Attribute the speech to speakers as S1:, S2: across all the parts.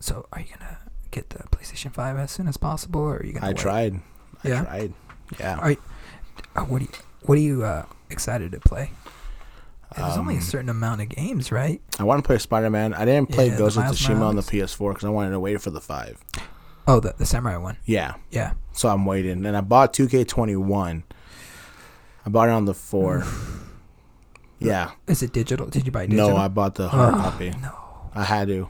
S1: So, are you gonna get the PlayStation Five as soon as possible, or are you gonna?
S2: I
S1: wait?
S2: tried. I
S1: Yeah?
S2: tried. Yeah.
S1: Are you, uh, what do you What are you uh, excited to play? There's only a
S2: Um,
S1: certain amount of games, right?
S2: I want to play Spider Man. I didn't play
S1: Yeah, the
S2: Ghost of
S1: Miles
S2: Tsushima on the
S1: Morales.
S2: PS4 because I wanted to wait for the five.
S1: Oh, the the samurai one.
S2: Yeah.
S1: Yeah.
S2: So I'm waiting, and I bought 2K21. I bought it on the four. yeah.
S1: Is it digital? Did you buy digital?
S2: No, I bought the hard
S1: Ugh,
S2: copy.
S1: Ah, No.
S2: I had to.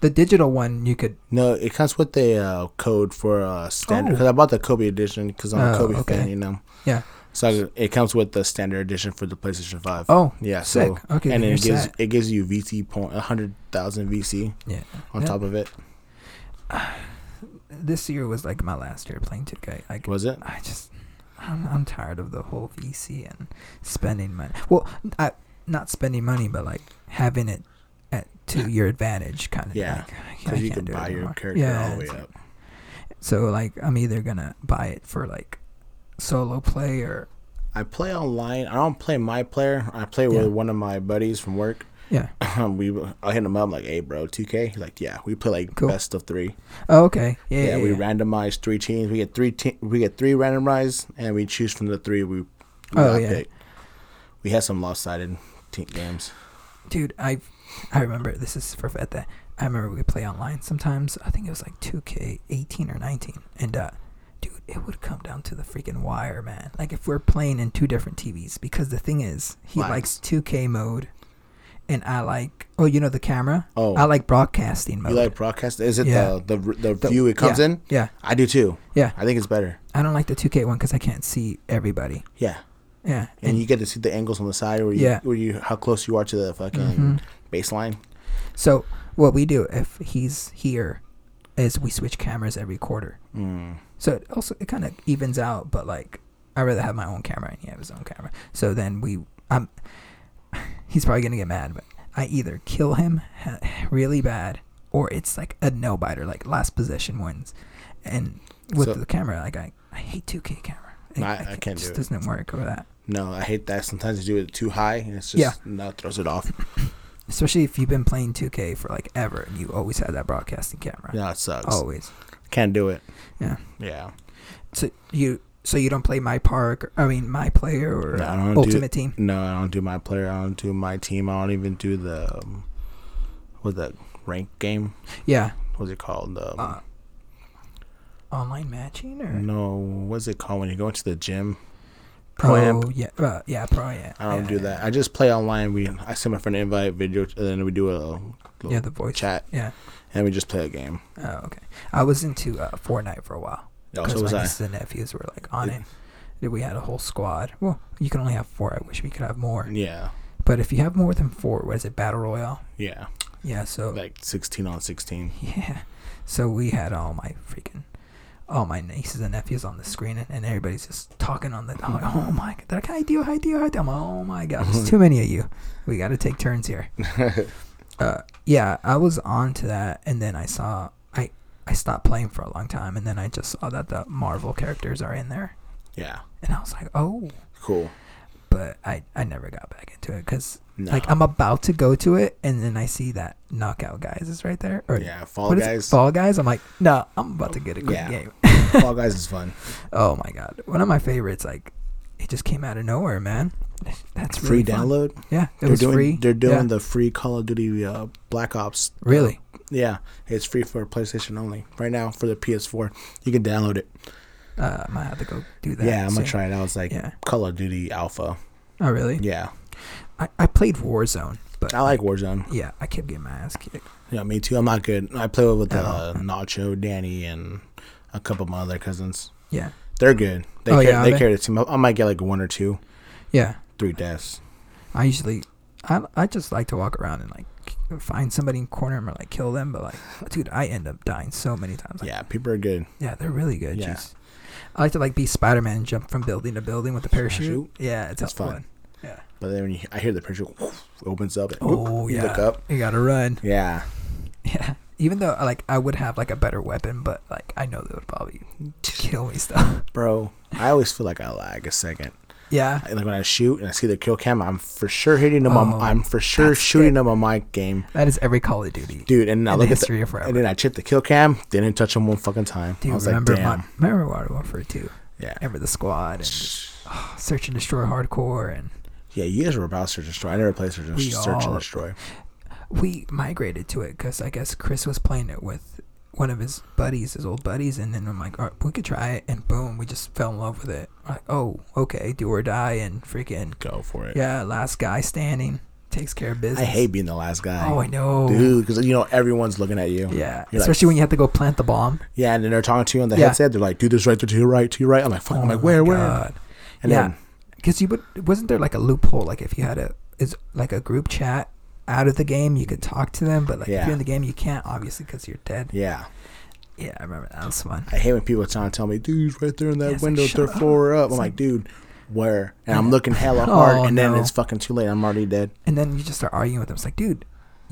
S1: The digital one you could.
S2: No, it comes with a uh, code for uh, standard.
S1: Oh.
S2: Because I bought the Kobe edition because I'm a
S1: Oh,
S2: Kobe fan,
S1: okay.
S2: you know.
S1: Yeah.
S2: So it comes with the standard edition for the PlayStation Five.
S1: Oh,
S2: yeah. So
S1: sick. okay.
S2: and
S1: then
S2: it
S1: you're
S2: gives
S1: set.
S2: it gives you VT point hundred thousand VC.
S1: Yeah.
S2: On
S1: Yeah.
S2: top of it,
S1: This year was like my last year playing 2K. I,
S2: was it?
S1: I just I'm, I'm tired of the whole VC and spending money. Well, I not spending money, but like having it at to your advantage, kind of.
S2: Yeah,
S1: like, I
S2: Because you
S1: can't
S2: can
S1: do it
S2: buy your
S1: anymore.
S2: character all the way
S1: it's-
S2: up.
S1: So like I'm either gonna buy it for like solo play or
S2: I play online. I don't play my player. I play
S1: Yeah.
S2: with one of my buddies from work.
S1: yeah.
S2: we I hit him up I'm like, hey bro, 2K. He's like, yeah, we play like
S1: Cool.
S2: best of three.
S1: Oh, okay. Yeah.
S2: Yeah,
S1: yeah,
S2: we
S1: yeah.
S2: randomize three teams. We get three te- we get three randomized, and we choose from the three we, we
S1: Oh,
S2: got
S1: yeah.
S2: picked. We had some lopsided team games.
S1: dude i i remember this is for Veta. i remember we play online sometimes i think it was like 2k18 or 19 and uh dude it would come down to the freaking wire man like if we're playing in two different tvs because the thing is he
S2: Why?
S1: likes 2k mode and i like oh you know the camera
S2: Oh.
S1: i like broadcasting mode
S2: You like broadcast? Is it
S1: Yeah.
S2: the, the the
S1: The-
S2: view it comes
S1: yeah,
S2: in?
S1: yeah
S2: I do too.
S1: yeah
S2: I think it's better.
S1: i don't like the 2k one because i can't see everybody
S2: Yeah,
S1: yeah
S2: and, you get to see the angles on the side where you
S1: Yeah.
S2: where you how close you are to the fucking
S1: Mhm.
S2: baseline.
S1: so what we do if he's here is we switch cameras every quarter
S2: Mm.
S1: So it also it kind of evens out, but like I rather have my own camera and he have his own camera. So then we I'm he's probably gonna get mad, but I either kill him ha- really bad or it's like a no biter, like last possession wins. And with
S2: So-
S1: the camera, like I, I hate 2K camera.
S2: No, I- I can't
S1: just
S2: do it.
S1: doesn't work over that,
S2: No, I hate that. Sometimes you do it too high, and it's just
S1: Yeah.
S2: no it throws it off.
S1: especially if you've been playing 2K for like ever and you always had that broadcasting camera.
S2: No, it sucks.
S1: Always.
S2: Can't do it.
S1: Oh. Yeah.
S2: Yeah.
S1: So you so you don't play my park. Or, I mean my player or
S2: No,
S1: uh,
S2: I don't do-
S1: ultimate team.
S2: No, I don't do my player. I don't do my team. I don't even do the um, what that rank game.
S1: Yeah.
S2: What's it called? Um,
S1: uh, online matching or
S2: no, what's it called when you go into the gym?
S1: pro?
S2: Pro-Am?
S1: Yeah, uh, yeah, pro. Yeah,
S2: I don't
S1: yeah,
S2: do
S1: yeah.
S2: that. I just play online. We I send my friend an invite video, and then we do a
S1: Yeah, the voice.
S2: chat,
S1: Yeah.
S2: and we just play a game.
S1: Oh, okay. I was into uh, Fortnite for a while
S2: Oh, so
S1: because
S2: was
S1: my
S2: I.
S1: nieces and nephews were like on
S2: It-
S1: it. Dude, We had a whole squad. Well, you can only have four. I wish we could have more.
S2: Yeah,
S1: But if you have more than four, what is it? Battle royale.
S2: yeah,
S1: Yeah. So
S2: like sixteen on sixteen.
S1: yeah. So we had all my freaking. all my nieces and nephews on the screen, and, and everybody's just talking on the. I'm like, oh my god, they're like, hi, do, hi, do, hi, do. I'm like, oh my god, there's too many of you. We got to take turns here. uh, yeah, I was on to that, and then I saw I I stopped playing for a long time, and then I just saw that the Marvel characters are in there,
S2: Yeah,
S1: and I was like, oh,
S2: cool.
S1: but I I never got back into it because
S2: No.
S1: like I'm about to go to it, and then I see that Knockout Guys is right there, or
S2: yeah, Fall
S1: what is
S2: Guys.
S1: it, Fall Guys? I'm like, no, I'm about to get a good
S2: Yeah.
S1: game.
S2: Fall Guys is fun.
S1: Oh my god, one of my favorites. Like, it just came out of nowhere, man. That's
S2: free
S1: really fun.
S2: download.
S1: Yeah, it
S2: They're
S1: was
S2: doing
S1: free.
S2: they're doing
S1: Yeah.
S2: the free Call of Duty uh, Black Ops. uh,
S1: really.
S2: Yeah, it's free for PlayStation only right now for the PS4. You can download it.
S1: Uh, I might have to go do that.
S2: yeah, I'm gonna
S1: soon.
S2: try it. I was like
S1: Yeah.
S2: Call of Duty Alpha.
S1: Oh really?
S2: Yeah,
S1: I, I played Warzone, but
S2: I like Warzone.
S1: yeah, I kept getting my ass kicked.
S2: Yeah, me too. I'm not good. I play with uh,
S1: Oh.
S2: Nacho, Danny, and a couple of my other cousins.
S1: Yeah,
S2: They're good. They
S1: Oh,
S2: carry,
S1: yeah,
S2: they
S1: they-
S2: carry the team. I, I might get like one or two,
S1: yeah.
S2: three deaths.
S1: I usually, I I just like to walk around and like k- find somebody in the corner and like kill them, but like, dude, I end up dying so many times. Like,
S2: Yeah, people are good.
S1: yeah, they're really good.
S2: Yeah.
S1: Jeez. I like to like be Spider Man and jump from building to building with the parachute.
S2: Parachute?
S1: Yeah, it's
S2: That's
S1: a fun.
S2: fun.
S1: Yeah.
S2: But then when you, I hear the picture, whoosh, it opens up. and whoop,
S1: Oh
S2: you
S1: yeah.
S2: Look up.
S1: You gotta run.
S2: Yeah.
S1: Yeah. Even though like I would have like a better weapon, but like I know they would probably kill me stuff.
S2: Bro, I always feel like I lag a second.
S1: yeah.
S2: I- Like when I shoot and I see the kill cam, I'm for sure hitting them.
S1: Oh,
S2: on, I'm for sure
S1: that's
S2: shooting
S1: it.
S2: them on my game,
S1: That is every Call of Duty.
S2: dude. And I
S1: In the
S2: look at
S1: history
S2: the,
S1: of forever.
S2: and then I check the kill cam. Didn't touch them one fucking time.
S1: Do
S2: I
S1: you
S2: was
S1: remember
S2: like, damn.
S1: Mod- remember Modern Warfare 2?
S2: yeah.
S1: Remember the squad and oh, Search and Destroy Hardcore and
S2: Yeah, you guys were about Search and Destroy. I never played Search and,
S1: We
S2: Search and
S1: all-
S2: Destroy.
S1: we migrated to it because I guess Chris was playing it with one of his buddies, his old buddies, and then I'm like, all right, we could try it, and boom, we just fell in love with it. We're like, oh, okay, do or die, and freaking
S2: Go for it.
S1: yeah, last guy standing takes care of business.
S2: I hate being the last guy.
S1: Oh, I know.
S2: Dude, because you know everyone's looking at you.
S1: Yeah,
S2: You're like-
S1: especially when you have to go plant the bomb.
S2: Yeah, and then they're talking to you on the
S1: Yeah.
S2: headset. They're like, "Do this right to your right, to your right." I'm like, "Fuck!" I'm like, "Where, where?" And
S1: Oh yeah,
S2: then
S1: because you would wasn't there like a loophole? Like if you had a is like a group chat out of the game, you could talk to them, but like if
S2: Yeah.
S1: you're in the game, you can't obviously because you're dead.
S2: yeah,
S1: Yeah, I remember that was fun.
S2: I hate when people trying to tell me, "Dude, right there in that
S1: Yeah, it's like,
S2: window,
S1: shut
S2: third
S1: up.
S2: floor up." I'm like, "Dude, where?" And I'm looking hella hard,
S1: Oh,
S2: and then
S1: no.
S2: it's fucking too late. I'm already dead.
S1: and then you just start arguing with them. It's like, dude,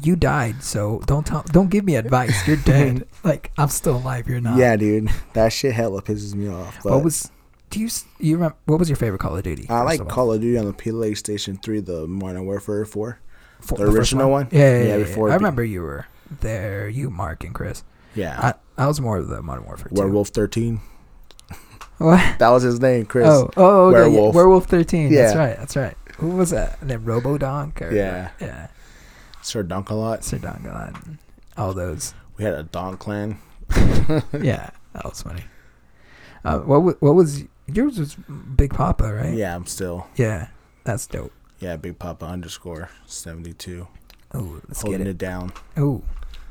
S1: you died, so don't tell, don't give me advice. You're dead. like I'm still alive. You're not.
S2: Yeah, dude, that shit hella pisses me off. But
S1: What was? Do you s- you remember? What was your favorite Call of Duty?
S2: I
S1: first
S2: like
S1: of all?
S2: Call of Duty on the PlayStation 3, the Modern Warfare 4.
S1: For-
S2: the
S1: first
S2: original one?
S1: Yeah, yeah, yeah.
S2: Yeah,
S1: yeah.
S2: before it
S1: I
S2: be-
S1: remember you were there. You, Mark, and Chris.
S2: Yeah,
S1: I I was more of the Modern Warfare. 2.
S2: Werewolf 13.
S1: What?
S2: That was his name, Chris.
S1: Oh, oh, okay. Werewolf.
S2: Werewolf.
S1: Werewolf Thirteen. That's
S2: Yeah.
S1: right. That's right. Who was that? And then Robodonk. Or,
S2: Yeah.
S1: Yeah.
S2: Sir Dunk a lot.
S1: Sir Dongalan. and All those.
S2: We had a Don clan.
S1: yeah. That was funny. Uh, what wa- what was yours was Big Papa, right?
S2: Yeah, I'm still.
S1: Yeah, that's dope.
S2: Yeah, Big Papa underscore 72.
S1: Oh, let's
S2: holding
S1: get
S2: it.
S1: it.
S2: down.
S1: Oh,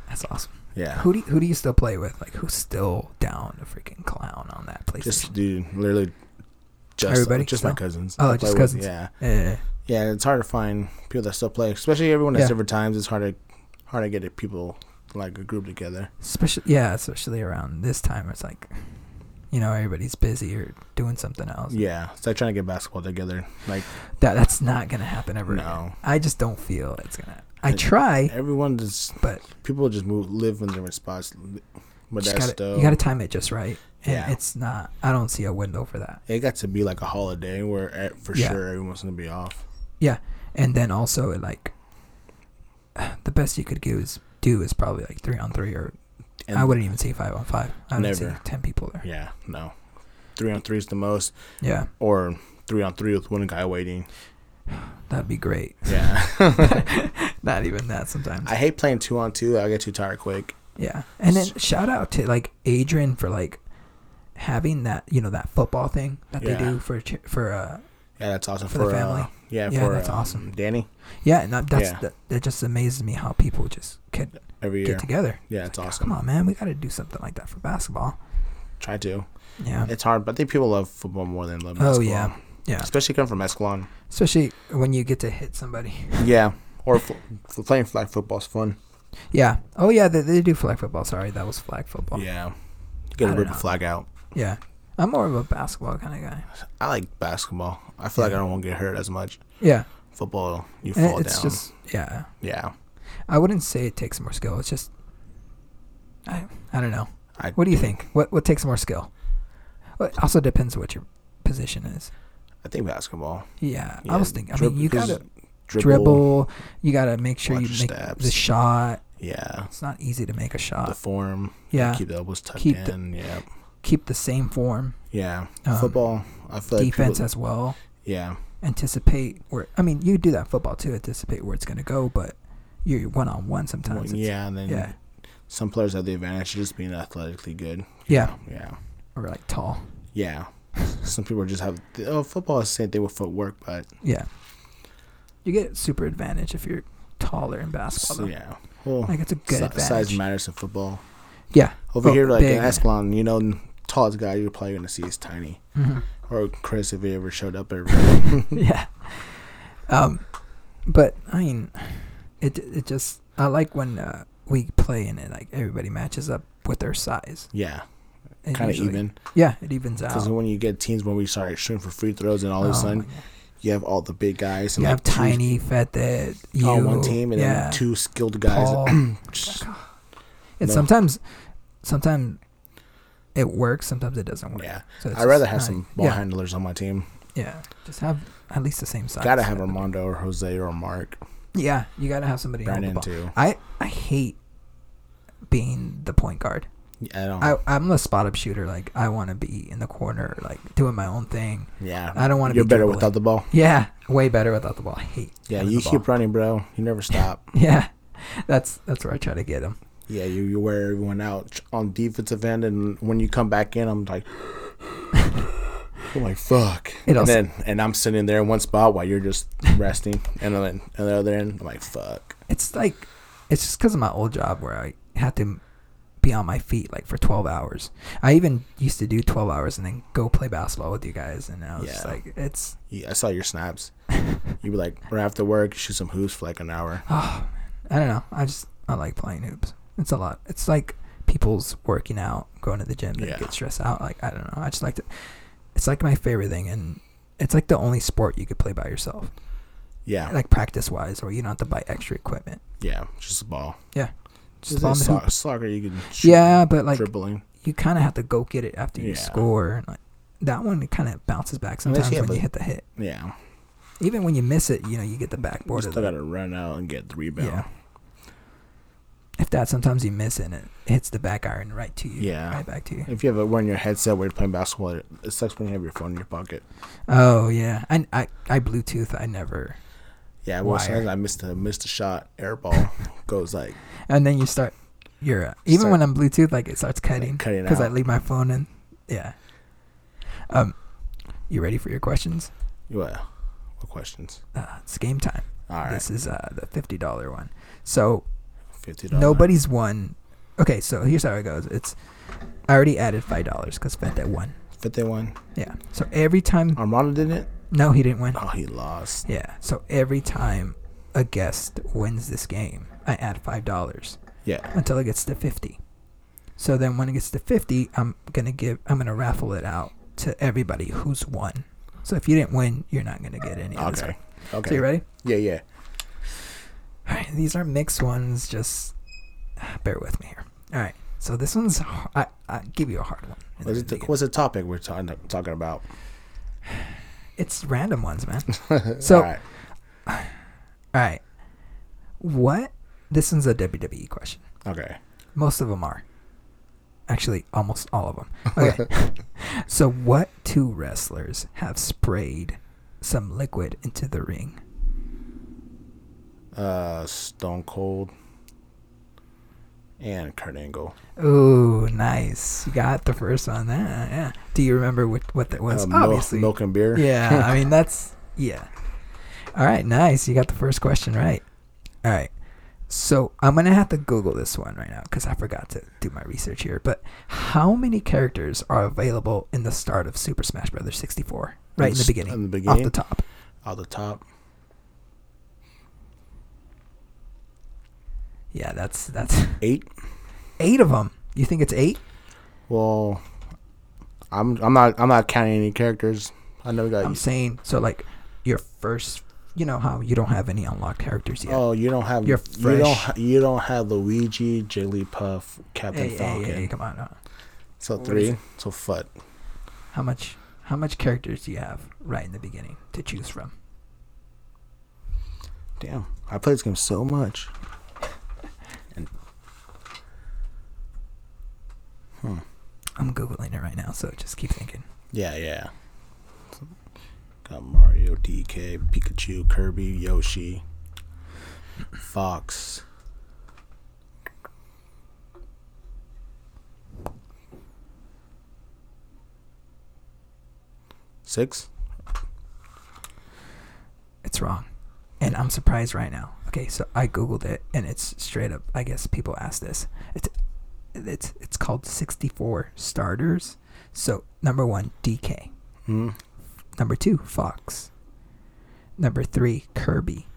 S1: that's awesome.
S2: Yeah.
S1: Who do you, who do you still play with? Like, who's still down to freaking clown on that PlayStation?
S2: Just, dude, literally just,
S1: Everybody
S2: just
S1: still?
S2: my cousins.
S1: Oh,
S2: I
S1: just
S2: play with-
S1: cousins.
S2: yeah.
S1: yeah,
S2: Yeah, it's hard to find people that still play, especially everyone at
S1: Yeah.
S2: different times. It's hard to hard to get people like a group together.
S1: especially yeah, especially around this time. It's like, you know, everybody's busy or doing something else.
S2: Yeah. It's like trying to get basketball together. Like,
S1: That that's not gonna happen ever. again.
S2: no.
S1: I just don't feel it's gonna. I
S2: It-
S1: try,
S2: Everyone just,
S1: but
S2: people just move, live in different spots. But
S1: just
S2: that's
S1: gotta,
S2: still.
S1: you got to time it just right. And
S2: Yeah.
S1: it's not. I don't see a window for that.
S2: it got to be like a holiday where eh, for
S1: Yeah.
S2: sure everyone's going to be off.
S1: and then also it like the best you could do is do is probably like three on three or
S2: And
S1: I wouldn't even say five on five. I would say
S2: Never.
S1: ten people there.
S2: Yeah, no. Three on three is the most,
S1: Yeah,
S2: or three on three with one guy waiting.
S1: that'd be great.
S2: Yeah.
S1: Not even that sometimes.
S2: I hate playing two on two. I get too tired quick.
S1: yeah, and then shout out to like Adrian for like having that you know that football thing that they
S2: Yeah.
S1: do for ch- for uh
S2: Yeah, that's awesome
S1: For the
S2: for, uh,
S1: family.
S2: yeah,
S1: Yeah,
S2: for
S1: that's
S2: um,
S1: awesome.
S2: Danny
S1: yeah and that, that's
S2: Yeah.
S1: that, that just amazes me how people just could
S2: every
S1: get
S2: year.
S1: together.
S2: Yeah, it's
S1: Oh,
S2: awesome.
S1: come on, man, we got to do something like that for basketball.
S2: Try to.
S1: Yeah.
S2: It's hard, but I think people love football more than love basketball.
S1: Oh yeah, yeah.
S2: Especially coming from Escalon.
S1: Especially when you get to hit somebody.
S2: yeah, or f- f- playing flag football's fun.
S1: Yeah. Oh yeah, they, they do flag football. Sorry, that was flag football. Yeah.
S2: Yeah, you
S1: I
S2: gotta
S1: don't
S2: rip the
S1: know.
S2: flag out.
S1: I'm more of a basketball kind of guy.
S2: I like basketball. I feel like I don't want to get hurt as much.
S1: Yeah.
S2: Football, you
S1: And
S2: fall
S1: Eh, it's
S2: down.
S1: just yeah.
S2: yeah,
S1: I wouldn't say it takes more skill. It's just I I don't know.
S2: I
S1: What do you think? What what takes more skill? Well, it also depends what your position is.
S2: I think basketball.
S1: Yeah.
S2: Yeah,
S1: I was thinking. I
S2: drib-
S1: mean, you
S2: because
S1: gotta
S2: dribble.
S1: dribble. You gotta make sure you
S2: watch
S1: make
S2: your
S1: the
S2: steps.
S1: shot.
S2: Yeah,
S1: It's not easy to make a
S2: the
S1: shot.
S2: form.
S1: yeah. Keep,
S2: keep the elbows tucked
S1: Keep the-
S2: in. yeah,
S1: the same form.
S2: yeah.
S1: Um,
S2: Football. I feel like
S1: Defense uh,
S2: People,
S1: as well.
S2: yeah,
S1: anticipate where I mean you do that in football too, anticipate where it's gonna go, but you're one on one
S2: well,
S1: sometimes. It's-
S2: yeah. And then
S1: Yeah.
S2: some players have the advantage of just being athletically good.
S1: Yeah.
S2: Yeah,
S1: Or like tall.
S2: yeah. some people just have. Oh, football is the same thing with footwork, but
S1: Yeah. You get super advantage if you're taller in basketball.
S2: so,
S1: though.
S2: yeah. Well,
S1: Like it's a good
S2: si-
S1: advantage.
S2: size matters in football.
S1: yeah.
S2: Over
S1: Oh,
S2: here, like
S1: big.
S2: in Escalon, you know, tallest guy you're probably gonna see is tiny.
S1: Mhm.
S2: Or Chris, if he ever showed up every.
S1: yeah. Um, but I mean, it it just I like when uh, we play and it like everybody matches up with their size.
S2: yeah,
S1: It
S2: kind of
S1: usually-
S2: even.
S1: Yeah, it evens out.
S2: Because when you get teams when we start shooting for free throws and all of
S1: Oh
S2: a sudden
S1: my God.
S2: You have all the big guys and
S1: You have
S2: like two-
S1: Tiny, Fat Dad, you.
S2: on one team, and
S1: yeah.
S2: then two skilled guys.
S1: Paul. Oh,
S2: Just-
S1: And
S2: No.
S1: sometimes, sometimes it works. Sometimes it doesn't work.
S2: yeah,
S1: So it's
S2: I'd rather
S1: just
S2: have
S1: not- e-
S2: some ball
S1: yeah,
S2: handlers on my team.
S1: Yeah, just have at least the same size.
S2: Gotta have Armando or Jose or Mark
S1: Yeah, you gotta have somebody hold the
S2: Brandon
S1: ball.
S2: too.
S1: I I hate being the point guard.
S2: Yeah, I don't.
S1: I I'm a spot up shooter. Like I want to be in the corner, like doing my own thing.
S2: yeah,
S1: I don't want to.
S2: You're
S1: be
S2: better
S1: dribbling.
S2: without the ball.
S1: Yeah, way better without the ball. I hate.
S2: Yeah,
S1: having
S2: you
S1: the ball.
S2: keep running, bro. You never stop.
S1: Yeah, that's that's where I try to get him.
S2: yeah, you, you wear everyone out on defensive end, and when you come back in, I'm like, I'm like, fuck.
S1: It
S2: and
S1: also-
S2: then and I'm sitting there in one spot while you're just resting, and then and the other end, I'm like, fuck.
S1: It's like it's just because of my old job where I had to be on my feet like for 12 hours. I even used to do 12 hours and then go play basketball with you guys, and I was just
S2: Yeah.
S1: like, it's
S2: Yeah, I saw your snaps. you be like, right after work, shoot some hoops for like an hour.
S1: oh, I don't know. I just I like playing hoops. It's a lot. It's like people's working out, going to the gym, they
S2: Yeah.
S1: get stressed out. Like I don't know. I just like to. It's like my favorite thing, and it's like the only sport you could play by yourself,
S2: Yeah,
S1: like practice wise, or you don't have to buy extra equipment.
S2: yeah, just a ball.
S1: Just
S2: Is it
S1: on the hoop.
S2: soc- soccer, you can shoot
S1: Yeah, but like
S2: dribbling.
S1: you kind of have to go get it after you
S2: Yeah.
S1: score, and like that one kind of bounces back
S2: Unless
S1: sometimes
S2: you have
S1: when
S2: a-
S1: you hit the hit.
S2: Yeah,
S1: Even when you miss it, you know you get the
S2: you
S1: backboard of
S2: still
S1: the
S2: gotta run out and get the rebound.
S1: Yeah. If that sometimes you miss it, and it hits the back iron right to you.
S2: Yeah.
S1: Right back to you.
S2: If you have it wearing your headset while you're playing basketball, it it sucks when you have your phone in your pocket.
S1: Oh yeah, I I, I Bluetooth. I never.
S2: Yeah, well,
S1: Wire.
S2: sometimes I missed a missed a shot, air ball goes like
S1: And then you start. You're uh, even
S2: Start-
S1: when I'm Bluetooth, like it starts
S2: like,
S1: cutting
S2: cutting
S1: because I
S2: out.
S1: leave my phone in. Yeah. Um, you ready for your questions?
S2: what? What questions?
S1: Uh, it's game time.
S2: All right,
S1: This is uh the fifty dollar one. So
S2: fifty dollars.
S1: nobody's won. Okay, so here's how it goes. It's I already added five dollars because Fenta won.
S2: fifty one.
S1: Yeah. So every time,
S2: Armando didn't.
S1: no, he didn't win.
S2: Oh, he lost.
S1: Yeah. So every time a guest wins this game, I add five dollars
S2: Yeah,
S1: until it gets to fifty. So then when it gets to fifty, I'm gonna give I'm gonna raffle it out to everybody who's won. So if you didn't win, you're not gonna get any. Of this
S2: okay,
S1: money.
S2: okay.
S1: So you ready?
S2: Yeah, yeah.
S1: All right. These are mixed ones. Just bear with me here. All right. So this one's h- I I give you a hard one. in
S2: What's, it
S1: the
S2: the, what's the topic we're talking talking about?
S1: beginning. it's random ones, man. So-
S2: All right.
S1: All right. What? This one's a WWE question.
S2: okay,
S1: Most of them are. Actually, almost all of them. Okay. so, what two wrestlers have sprayed some liquid into the ring?
S2: uh, Stone Cold and Kurt Angle.
S1: Ooh, nice. You got the first on that. Yeah. Do you remember what, what that was?
S2: Uh, mil-
S1: Obviously.
S2: milk and beer.
S1: yeah. I mean, that's. Yeah. All right. Nice. You got the first question right. All right. So, I'm going to have to Google this one right now because I forgot to do my research here. But how many characters are available in the start of Super Smash Brothers 64? Right in the
S2: s-
S1: beginning.
S2: In the
S1: off
S2: beginning,
S1: the top.
S2: off the top.
S1: Yeah, that's that's
S2: Eight.
S1: eight of them. You think it's eight?
S2: Well, I'm I'm not I'm not counting any characters. I know that.
S1: I'm saying so. Like your first, you know how you don't have any unlocked characters yet.
S2: Oh, you don't have
S1: You're
S2: you don't
S1: fresh.
S2: ha- you don't have Luigi, Jigglypuff, Captain
S1: hey, hey,
S2: Falcon.
S1: hey, come on! uh,
S2: So
S1: What is
S2: three.
S1: it?
S2: So fut.
S1: How much? How much characters do you have right in the beginning to choose from?
S2: Damn, I play this game so much. And
S1: I'm googling it right now, so just keep thinking.
S2: yeah, yeah. Got Mario, DK, Pikachu, Kirby, Yoshi, Fox. Six?
S1: It's wrong, and I'm surprised right now. Okay, so I googled it, and it's straight up. I guess people ask this. It's it's it's called 64 starters. So number one, DK.
S2: Hmm.
S1: Number two, Fox. Number three, Kirby.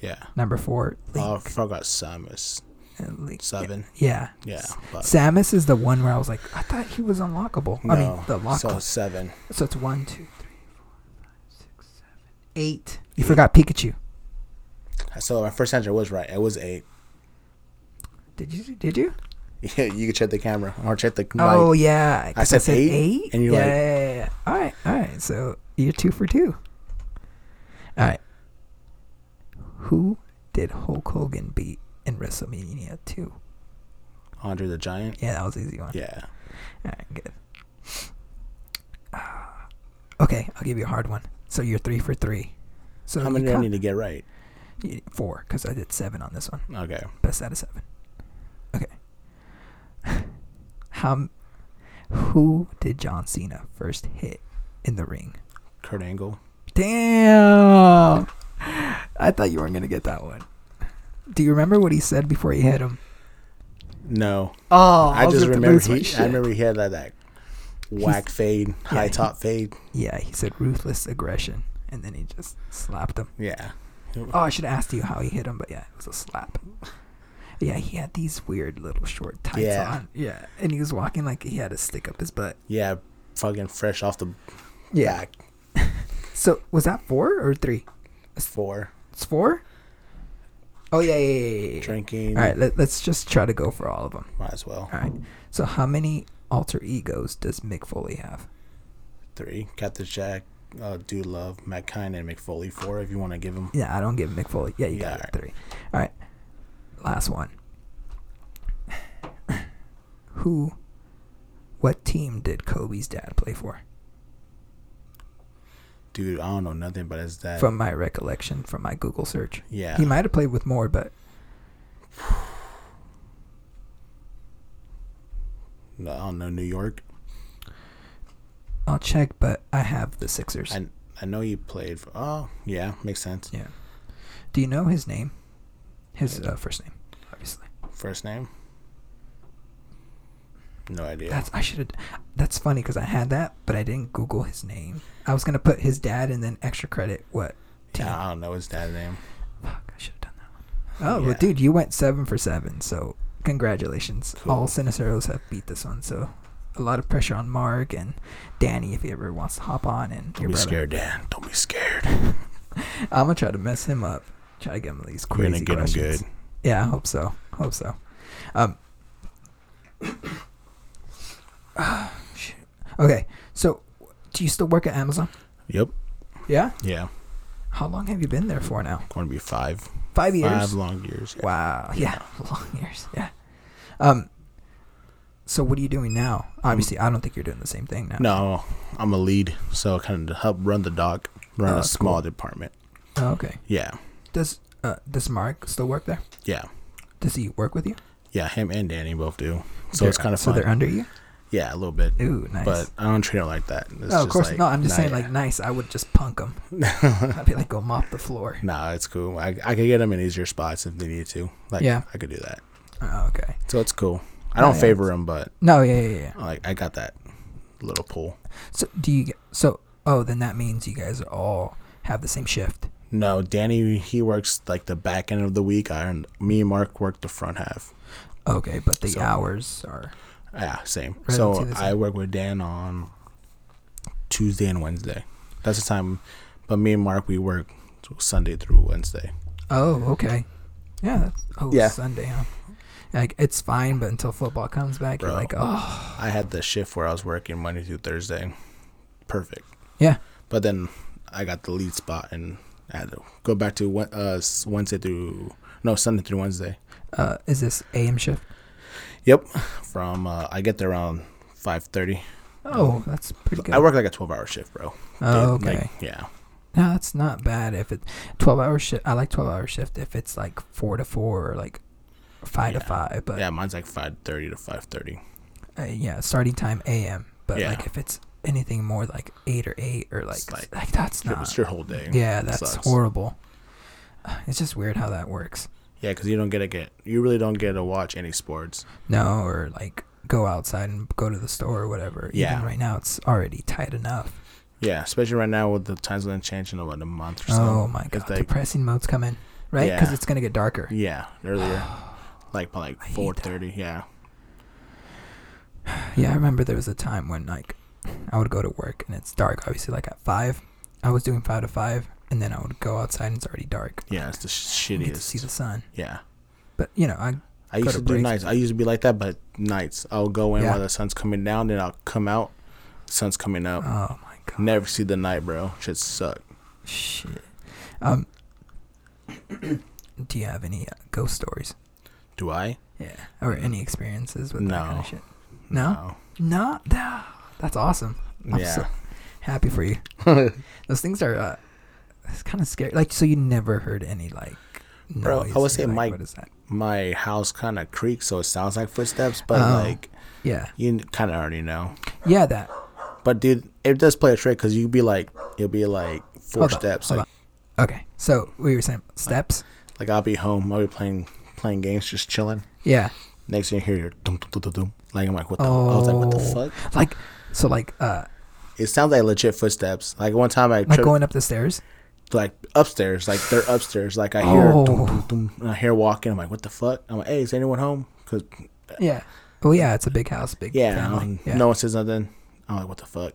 S2: Yeah.
S1: Number four, Link.
S2: Oh, I forgot Samus.
S1: And Link-
S2: Seven.
S1: Yeah.
S2: Yeah.
S1: S-
S2: but
S1: Samus is the one where I was like, I thought he was unlockable. I mean, the lock.
S2: So
S1: So,
S2: seven.
S1: it's one, two, three, four, five, six, seven, eight. You forgot Pikachu.
S2: So my first answer was right. It was eight.
S1: Did you? Did you?
S2: Yeah, you could check the camera or check the mic.
S1: Oh yeah, 'cause
S2: I said eight, and you're
S1: yeah,
S2: like-
S1: yeah, yeah, yeah. all right, all right. So you're two for two. All right. Who did Hulk Hogan beat in WrestleMania two?
S2: Andre the Giant.
S1: Yeah, that was an easy one.
S2: Yeah.
S1: All right, good. Uh, Okay, I'll give you a hard one. So you're three for three. So
S2: How
S1: you
S2: many do I
S1: ca-
S2: need to get right?
S1: you- Four, because I did seven on this one.
S2: Okay.
S1: Best out of seven. Okay. How? m- Who did John Cena first hit in the ring?
S2: Kurt Angle.
S1: Damn! I thought you weren't gonna get that one. Do you remember what he said before he hit him?
S2: No.
S1: Oh,
S2: I
S1: was
S2: just
S1: gonna
S2: remember
S1: lose my
S2: he,
S1: shit.
S2: I remember he had like that whack fade, high
S1: he-
S2: top fade.
S1: Yeah, he said ruthless aggression, and then he just slapped him.
S2: Yeah.
S1: Oh, I should have asked you how he hit him, but yeah, it was a slap. Yeah, he had these weird little short tights
S2: Yeah.
S1: on. Yeah, and he was walking like he had a stick up his butt.
S2: Yeah. Fucking fresh off the back.
S1: So was that four or three?
S2: Four.
S1: It's four. Oh yeah, yeah, yeah. yeah, yeah.
S2: Drinking.
S1: All right, let, let's just try to go for all of them.
S2: Might as well.
S1: All right. So how many alter egos does Mick Foley have?
S2: Three. Captain Jack. Uh, do love Matt Kine and McFoley. Four, if you want to give him.
S1: Yeah, I don't give Mick Foley. Yeah, you
S2: Yeah,
S1: got it. Three. All right. Last one. Who? What team did Kobe's dad play for?
S2: Dude, I don't know nothing, but it's that.
S1: From my recollection, from my Google search,
S2: Uh, yeah.
S1: he might have played with more, but
S2: No, I don't know New York.
S1: I'll check. But I have the Sixers.
S2: I I know you played. For, oh yeah, makes sense.
S1: yeah. Do you know his name? His uh, first name, obviously.
S2: First name. No idea.
S1: That's I should have. That's funny because I had that, but I didn't Google his name. I was gonna put his dad and then extra credit. What? Team.
S2: yeah, I don't know his dad's name.
S1: Fuck, I should have done that one. Oh,
S2: Yeah.
S1: well, dude, you went seven for seven, so congratulations. All
S2: Cool.
S1: Sinisteros have beat this one, so a lot of pressure on Mark and Danny if he ever wants to hop on. And
S2: Don't
S1: your
S2: be
S1: brother.
S2: scared, Dan. Don't be scared.
S1: I'm gonna try to mess him up. Try to get him these
S2: We're
S1: crazy
S2: gonna get him
S1: questions.
S2: good.
S1: Yeah, I hope so. Hope so. Um. shoot. okay, so do you still work at Amazon?
S2: Yep.
S1: Yeah.
S2: Yeah.
S1: How long have you been there for now?
S2: Going to be five.
S1: Five years.
S2: Five long years. Yeah.
S1: Wow. Yeah. Long years. Yeah. Um. So what are you doing now? Obviously, I don't think you're doing the same thing now.
S2: No, I'm a lead, so kind of help run the dock, run
S1: Oh,
S2: a
S1: that's
S2: small
S1: cool.
S2: department.
S1: Oh, okay.
S2: Yeah.
S1: Does uh does Mark still work there?
S2: Yeah.
S1: Does he work with you?
S2: Yeah. Him and Danny both do. So it's
S1: They're-
S2: kind of
S1: So
S2: fun.
S1: they're under you.
S2: yeah, a little bit.
S1: Ooh, nice.
S2: But I don't treat it like that. It's
S1: no,
S2: just
S1: of course.
S2: like,
S1: no, I'm just
S2: nah,
S1: saying,
S2: yeah.
S1: like, nice. I would just punk him. I'd be like, go mop the floor.
S2: Nah, it's cool. I, I could get them in easier spots if they needed to. Like,
S1: Yeah.
S2: I could do that.
S1: Oh, okay.
S2: So it's cool. I
S1: Oh,
S2: don't
S1: yeah.
S2: favor them, but
S1: No, yeah, yeah, yeah.
S2: like I got that little pull.
S1: So do you? g- So oh, then that means you guys are all have the same shift.
S2: No, Danny he works like the back end of the week. I and me and Mark work the front half.
S1: Okay, but the
S2: So-
S1: hours are
S2: Yeah, same.
S1: Right,
S2: so
S1: let's see this
S2: I work with Dan on Tuesday and Wednesday. That's the time. But me and Mark we work Sunday through Wednesday.
S1: Oh, okay. Yeah. that's- Oh,
S2: Yeah.
S1: Sunday, huh? Like it's fine, but until football comes back, you're
S2: Bro.
S1: like, oh,
S2: I had the shift where I was working Monday through Thursday. Perfect.
S1: yeah,
S2: But then I got the lead spot and I had to go back to Wed- uh, s- Wednesday through no Sunday through Wednesday.
S1: uh, is this AM shift?
S2: Yep. From uh, I get there around five thirty.
S1: Oh, that's pretty good.
S2: I work like a twelve hour shift, bro.
S1: Oh,
S2: Dude, like,
S1: okay.
S2: yeah.
S1: No, that's not bad. If it twelve hour shift, I like twelve hour shift. If it's like four to four or like five to
S2: Yeah.
S1: five, but
S2: yeah, mine's like five thirty to five thirty.
S1: uh, yeah, starting time AM. But
S2: Yeah.
S1: like if it's anything more like eight or eight or like
S2: It's
S1: like,
S2: like-
S1: that's not.
S2: It's your whole day.
S1: Yeah,
S2: It
S1: that's
S2: sucks.
S1: horrible. It's just weird how that works.
S2: Yeah, because you don't get to get you really don't get to watch any sports.
S1: No, or like go outside and go to the store or whatever.
S2: Yeah.
S1: Even right now, it's already tight enough.
S2: Yeah, especially right now with the times going to change in about a month or so.
S1: oh my
S2: It's
S1: god,
S2: like-
S1: depressing mode's coming, right? Because
S2: Yeah.
S1: it's gonna get darker.
S2: yeah, earlier, like by like
S1: I hate
S2: four thirty. Yeah,
S1: Yeah, I remember there was a time when like I would go to work and it's dark. Obviously, like at five, I was doing five to five, and then I would go outside and it's already dark.
S2: Yeah, it's the
S1: I get to see
S2: shittiest.
S1: the sun.
S2: Yeah.
S1: But you know, I
S2: I
S1: Go
S2: used
S1: to
S2: to do
S1: breaks.
S2: nights. I used to be like that, but nights. I'll go in
S1: Yeah.
S2: while the sun's coming down, then I'll come out. Sun's coming up.
S1: oh my god,
S2: Never see the night, bro. Shit suck.
S1: shit. Um, do you have any uh, ghost stories?
S2: Do I?
S1: Yeah, or any experiences with that kind
S2: No.
S1: of shit? No, not that. That's awesome.
S2: No.
S1: I'm
S2: Yeah.
S1: so happy for you. Those things are uh, it's kind of scary. Like, so you never heard any like.
S2: Bro, I would
S1: noises,
S2: say
S1: like,
S2: my-
S1: What is that?
S2: My house kind of creaks, so it sounds like footsteps, but
S1: Oh.
S2: like
S1: Yeah,
S2: you kind of already know.
S1: yeah, that.
S2: But dude, it does play a trick because you'd be like, you'll be like four
S1: Hold on,
S2: steps.
S1: hold
S2: like,
S1: on. Okay, so we were saying steps.
S2: like I'll be home. I'll be playing playing games, just chilling.
S1: Yeah,
S2: Next thing you hear, you're dum dum dum dum. dum. Like I'm like, what the? I was like, what
S1: Oh.
S2: the fuck?
S1: like so, like uh,
S2: It sounds like legit footsteps. Like one time I
S1: like
S2: tripped-
S1: going up the stairs.
S2: like upstairs, like they're upstairs. Like I hear,
S1: Oh.
S2: dum, dum, dum, and I hear walking. I'm like, what the fuck? I'm like, hey, is anyone home? Cause
S1: Yeah. Well, yeah, it's a big house, big
S2: yeah,
S1: family.
S2: um, no one says nothing. I'm like, what the fuck?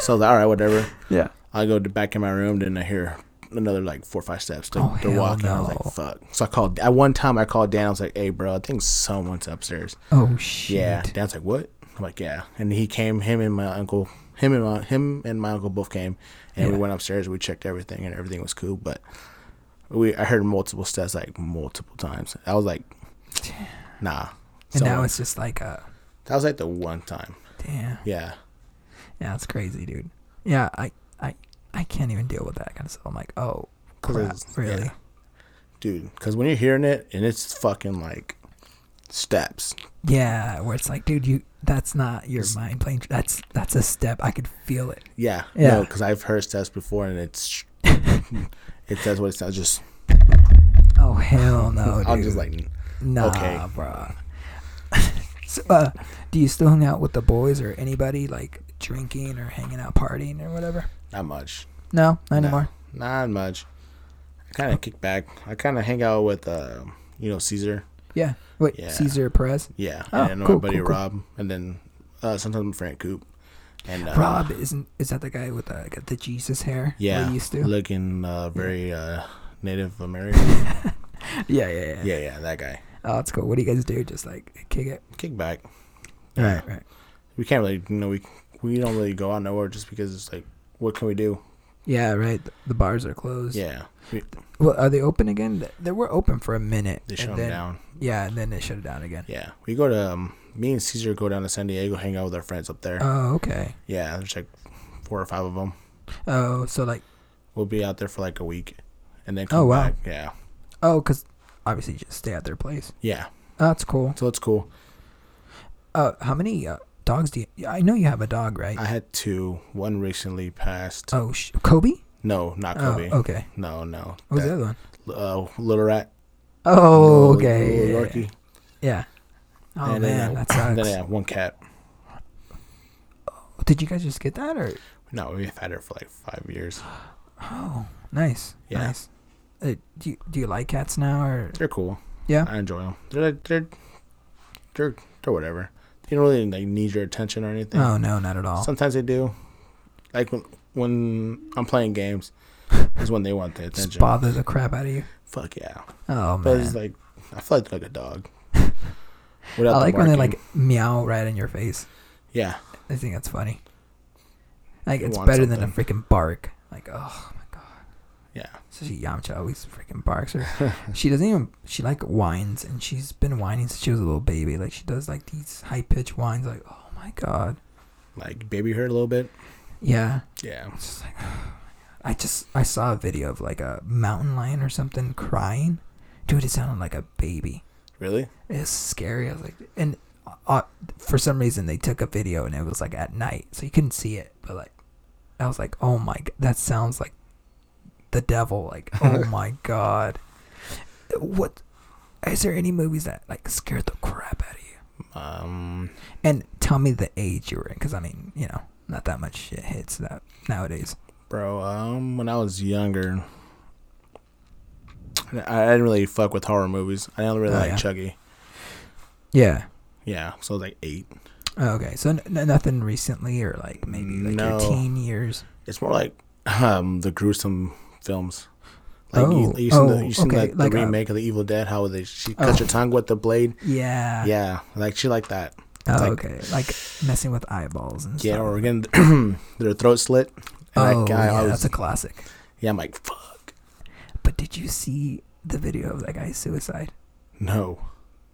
S2: so like, all right, whatever.
S1: Yeah.
S2: I go to back in my room, then I hear another like four or five steps. They're,
S1: Oh,
S2: they're
S1: hell
S2: walking. I was
S1: no.
S2: like, fuck. So I called. At one time, I called Dan. I was like, hey, bro, I think someone's upstairs.
S1: Oh shit.
S2: Yeah. Dan's like, what? I'm like, yeah. And he came. Him and my uncle. Him and my him and my uncle both came, and we
S1: Yeah.
S2: went upstairs. We checked everything, and everything was cool. But we, I heard multiple steps, like multiple times. I was like, nah.
S1: And
S2: So
S1: now it's just like uh
S2: that was like the one time.
S1: damn.
S2: Yeah.
S1: Yeah, it's crazy, dude. Yeah, I I I can't even deal with that kind of stuff. I'm like, oh crap,
S2: it's-
S1: really?
S2: yeah. Dude, because when you're hearing it, and it's fucking like steps.
S1: Yeah, where it's like, dude, you that's not your mind playing. tr- That's that's a step. I could feel it.
S2: Yeah.
S1: Yeah.
S2: No, because I've heard steps before, and it's it says what it sounds. Just
S1: Oh hell no, dude.
S2: I'm just like,
S1: nah,
S2: okay.
S1: bruh. so, uh, do you still hang out with the boys or anybody like drinking or hanging out partying or whatever?
S2: not much.
S1: No, not
S2: No.
S1: anymore.
S2: Not much. I kind of kick back. I kind of hang out with, uh, you know, Caesar.
S1: Yeah. Wait,
S2: Yeah.
S1: Caesar Perez.
S2: Yeah.
S1: Oh,
S2: and then
S1: cool,
S2: my buddy
S1: cool, cool.
S2: Rob. And then uh, sometimes Frank Coop. And uh,
S1: Rob isn't is that the guy with the got the Jesus hair?
S2: Yeah.
S1: we used to.
S2: Looking uh, very uh, Native American.
S1: yeah, yeah, yeah,
S2: yeah, yeah, that guy.
S1: Oh, that's cool. What do you guys do? Just like kick it.
S2: Kick back.
S1: Right, right.
S2: We can't really, you know, we, we don't really go out nowhere just because it's like, what can we do?
S1: Yeah, right. The, the bars are closed.
S2: Yeah. We,
S1: Well, are they open again? Th- They were open for a minute.
S2: they
S1: and
S2: shut 'em
S1: then,
S2: down.
S1: Yeah, and then they shut it down again.
S2: Yeah. We go to, um, me and Caesar go down to San Diego, hang out with our friends up there.
S1: Oh, okay.
S2: yeah. There's like four or five of them.
S1: Oh, so like,
S2: We'll be out there for like a week, and then
S1: Oh,
S2: come
S1: wow.
S2: back. Yeah,
S1: oh, because obviously you just stay at their place.
S2: yeah.
S1: Oh, that's cool.
S2: So it's cool.
S1: Uh, how many uh, dogs do you? yeah, I know you have a dog, right?
S2: I had two. One recently passed.
S1: oh, sh- Kobe.
S2: no, not Uh, Kobe.
S1: Oh, okay.
S2: No, no.
S1: What was the
S2: That-
S1: other one?
S2: Uh, Little Rat.
S1: Oh,
S2: Little-
S1: okay.
S2: Little
S1: yeah,
S2: Yorkie.
S1: Yeah. Oh man,
S2: And then, I-
S1: that sucks.
S2: Then I had one cat.
S1: Did you guys just get that or?
S2: No, we've had her for like five years.
S1: Oh, nice.
S2: Yeah.
S1: Nice. Uh, do you, do you like cats now or?
S2: They're cool.
S1: Yeah.
S2: I enjoy them. They're like they're they're they're whatever. They don't really like need your attention or anything.
S1: Oh no, not at all.
S2: Sometimes they do. Like when when I'm playing games, is when they want the
S1: Just
S2: attention.
S1: bother the crap out of you.
S2: Fuck yeah.
S1: Oh
S2: But
S1: man.
S2: it's like I feel like like a dog.
S1: I
S2: Without the
S1: like when they
S2: barking.
S1: like meow right in your face.
S2: yeah,
S1: I think that's funny. Like
S2: You
S1: it's
S2: want
S1: better than a
S2: something.
S1: freaking bark. Like oh my god.
S2: yeah.
S1: So she Yamcha always freaking barks her. she doesn't even she like whines and she's been whining since she was a little baby. Like she does like these high pitched whines like oh my god.
S2: Like baby her a little bit.
S1: Yeah.
S2: Yeah.
S1: It's just like I just I saw a video of like a mountain lion or something crying. Dude, it sounded like a baby.
S2: Really?
S1: It's scary. I was like, and uh, for some reason they took a video and it was like at night, so you couldn't see it. But like, I was like, oh my, g- that sounds like the devil. Like, oh my god, what? Is there any movies that like scared the crap out of you?
S2: Um.
S1: And tell me the age you were in, because I mean, you know, not that much shit hits that nowadays.
S2: Bro. Um. When I was younger, I I didn't really fuck with horror movies. I didn't really
S1: Oh,
S2: like
S1: yeah.
S2: Chucky.
S1: Yeah.
S2: Yeah. So I was like eight.
S1: Okay, so n- n- nothing recently or like maybe like
S2: No.
S1: your teen years.
S2: It's more like um the gruesome films. Like you,
S1: Oh,
S2: you seen,
S1: oh,
S2: the, you seen
S1: okay,
S2: like, the
S1: like a-
S2: remake of the Evil Dead? How they she
S1: Oh.
S2: cuts her tongue with the blade?
S1: Yeah.
S2: Yeah, like she like that.
S1: Oh,
S2: like-
S1: okay. Like messing with eyeballs and
S2: Yeah,
S1: stuff.
S2: or again their throat slit. And
S1: oh,
S2: that guy,
S1: yeah,
S2: I
S1: that's
S2: was,
S1: a classic.
S2: yeah, I'm like fuck.
S1: But did you see the video of that guy's suicide?
S2: No,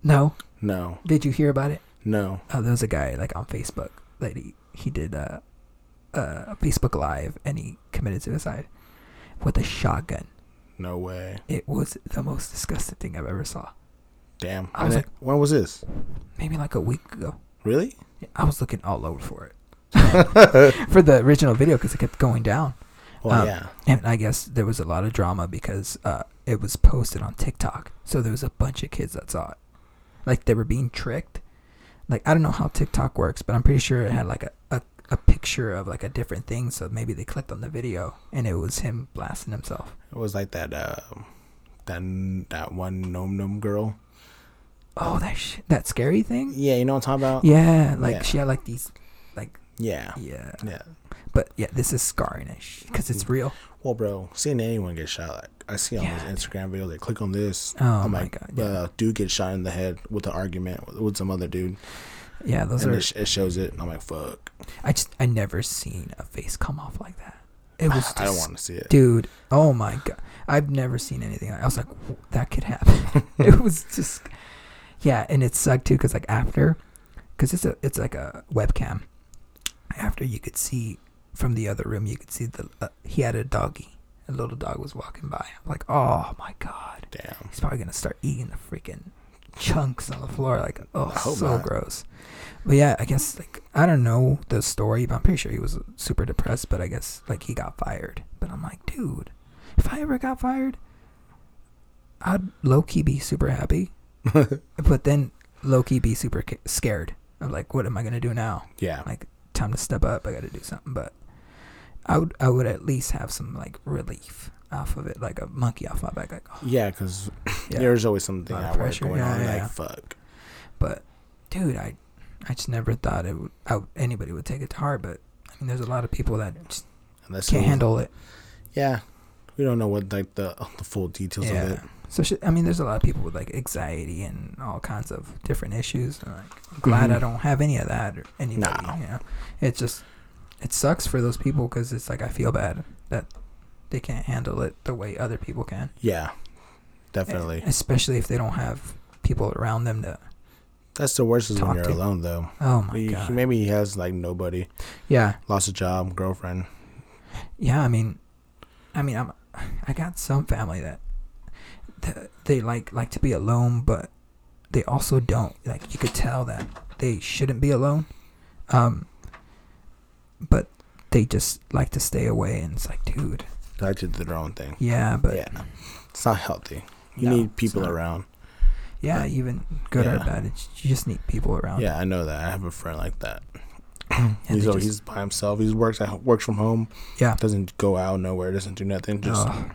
S1: No.
S2: no,
S1: Did you hear about it?
S2: no.
S1: Oh, there was a guy like on Facebook that he he did uh, uh, a Facebook live and he committed suicide with a shotgun.
S2: No way.
S1: It was the most disgusting thing I've ever saw.
S2: Damn.
S1: I was
S2: And it- when was this?
S1: Maybe like a week ago.
S2: Really?
S1: I was looking all over for it for the original video because it kept going down.
S2: Well,
S1: Um,
S2: yeah.
S1: And I guess there was a lot of drama because uh, it was posted on TikTok. So there was a bunch of kids that saw it. Like they were being tricked. Like I don't know how TikTok works, but I'm pretty sure it had like a, a, a picture of like a different thing. So maybe they clicked on the video and it was him blasting himself.
S2: It was like that. um that that one gnome gnome girl.
S1: Oh, that sh- that scary thing.
S2: Yeah, you know what I'm talking about.
S1: Yeah, like
S2: Yeah.
S1: she had like these, like
S2: Yeah.
S1: yeah.
S2: Yeah.
S1: But yeah, this is scarring because it's real.
S2: Well, bro, seeing anyone get shot, like I see on
S1: Yeah,
S2: those Instagram videos, they click on this.
S1: Oh
S2: I'm
S1: my
S2: like,
S1: God, yeah.
S2: the dude gets shot in the head with an argument with, with some other dude,
S1: Yeah, those
S2: and
S1: are.
S2: it, sh- it shows it. And I'm like, fuck,
S1: I just I never seen a face come off like that. It was.
S2: I don't want to see it.
S1: dude oh my god i've never seen anything like- i was like "Wh- that could happen it was just yeah and it sucked too because like after because it's a it's like a webcam after you could see from the other room you could see the uh, he had a doggy a little dog was walking by i'm like oh my god
S2: Damn.
S1: he's probably gonna start eating the freaking chunks on the floor like oh
S2: I hope
S1: so
S2: not.
S1: gross but yeah i guess like i don't know the story but i'm pretty sure he was super depressed but i guess like he got fired but i'm like dude if i ever got fired i'd low-key be super happy but then low-key be super ca- scared i'm like what am i gonna do now
S2: Yeah.
S1: like time to step up. I got to do something. But I would I would at least have some like relief off of it, like a monkey off my back. Like, oh,
S2: Yeah, because
S1: yeah.
S2: there's always something
S1: Lot of
S2: at work
S1: pressure,
S2: going
S1: yeah,
S2: on.
S1: yeah,
S2: like,
S1: yeah.
S2: fuck.
S1: But dude, I I just never thought it would I, would- anybody would take it to heart. But I mean, there's a lot of people that just
S2: Unless
S1: can't
S2: it was-
S1: handle it.
S2: Yeah, we don't know what like the the full details of
S1: Yeah.
S2: it.
S1: So sh- I mean, there's a lot of people with like anxiety and all kinds of different issues. And, like, I'm glad I
S2: Mhm.
S1: don't have any of that or anybody.
S2: No.
S1: You know, it just it sucks for those people because it's like I feel bad that they can't handle it the way other people can.
S2: Yeah,
S1: Eh,
S2: definitely.
S1: Especially if they don't have people around them to.
S2: That's the worst is
S1: Talk
S2: when you're
S1: to-
S2: alone though.
S1: Oh my
S2: He- he-
S1: god.
S2: maybe he has like nobody,
S1: Yeah,
S2: lost a job, girlfriend.
S1: yeah. I mean, I mean, I'm. I got some family that th- they like like to be alone, but they also don't. Like you could tell that they shouldn't be alone, um. But they just like to stay away, and it's like, dude,
S2: Like to do their own thing.
S1: yeah, but yeah,
S2: yeah, it's not healthy. You
S1: No,
S2: need people
S1: it's not.
S2: around.
S1: even good or
S2: Yeah.
S1: bad, it's, you just need people around.
S2: Yeah, I know that. I have a friend like that.
S1: and
S2: he's
S1: they
S2: al-
S1: just-
S2: he's by himself. He works at works from home.
S1: Yeah. Uh-huh.
S2: doesn't go out nowhere. Doesn't do nothing. Just
S1: Ugh.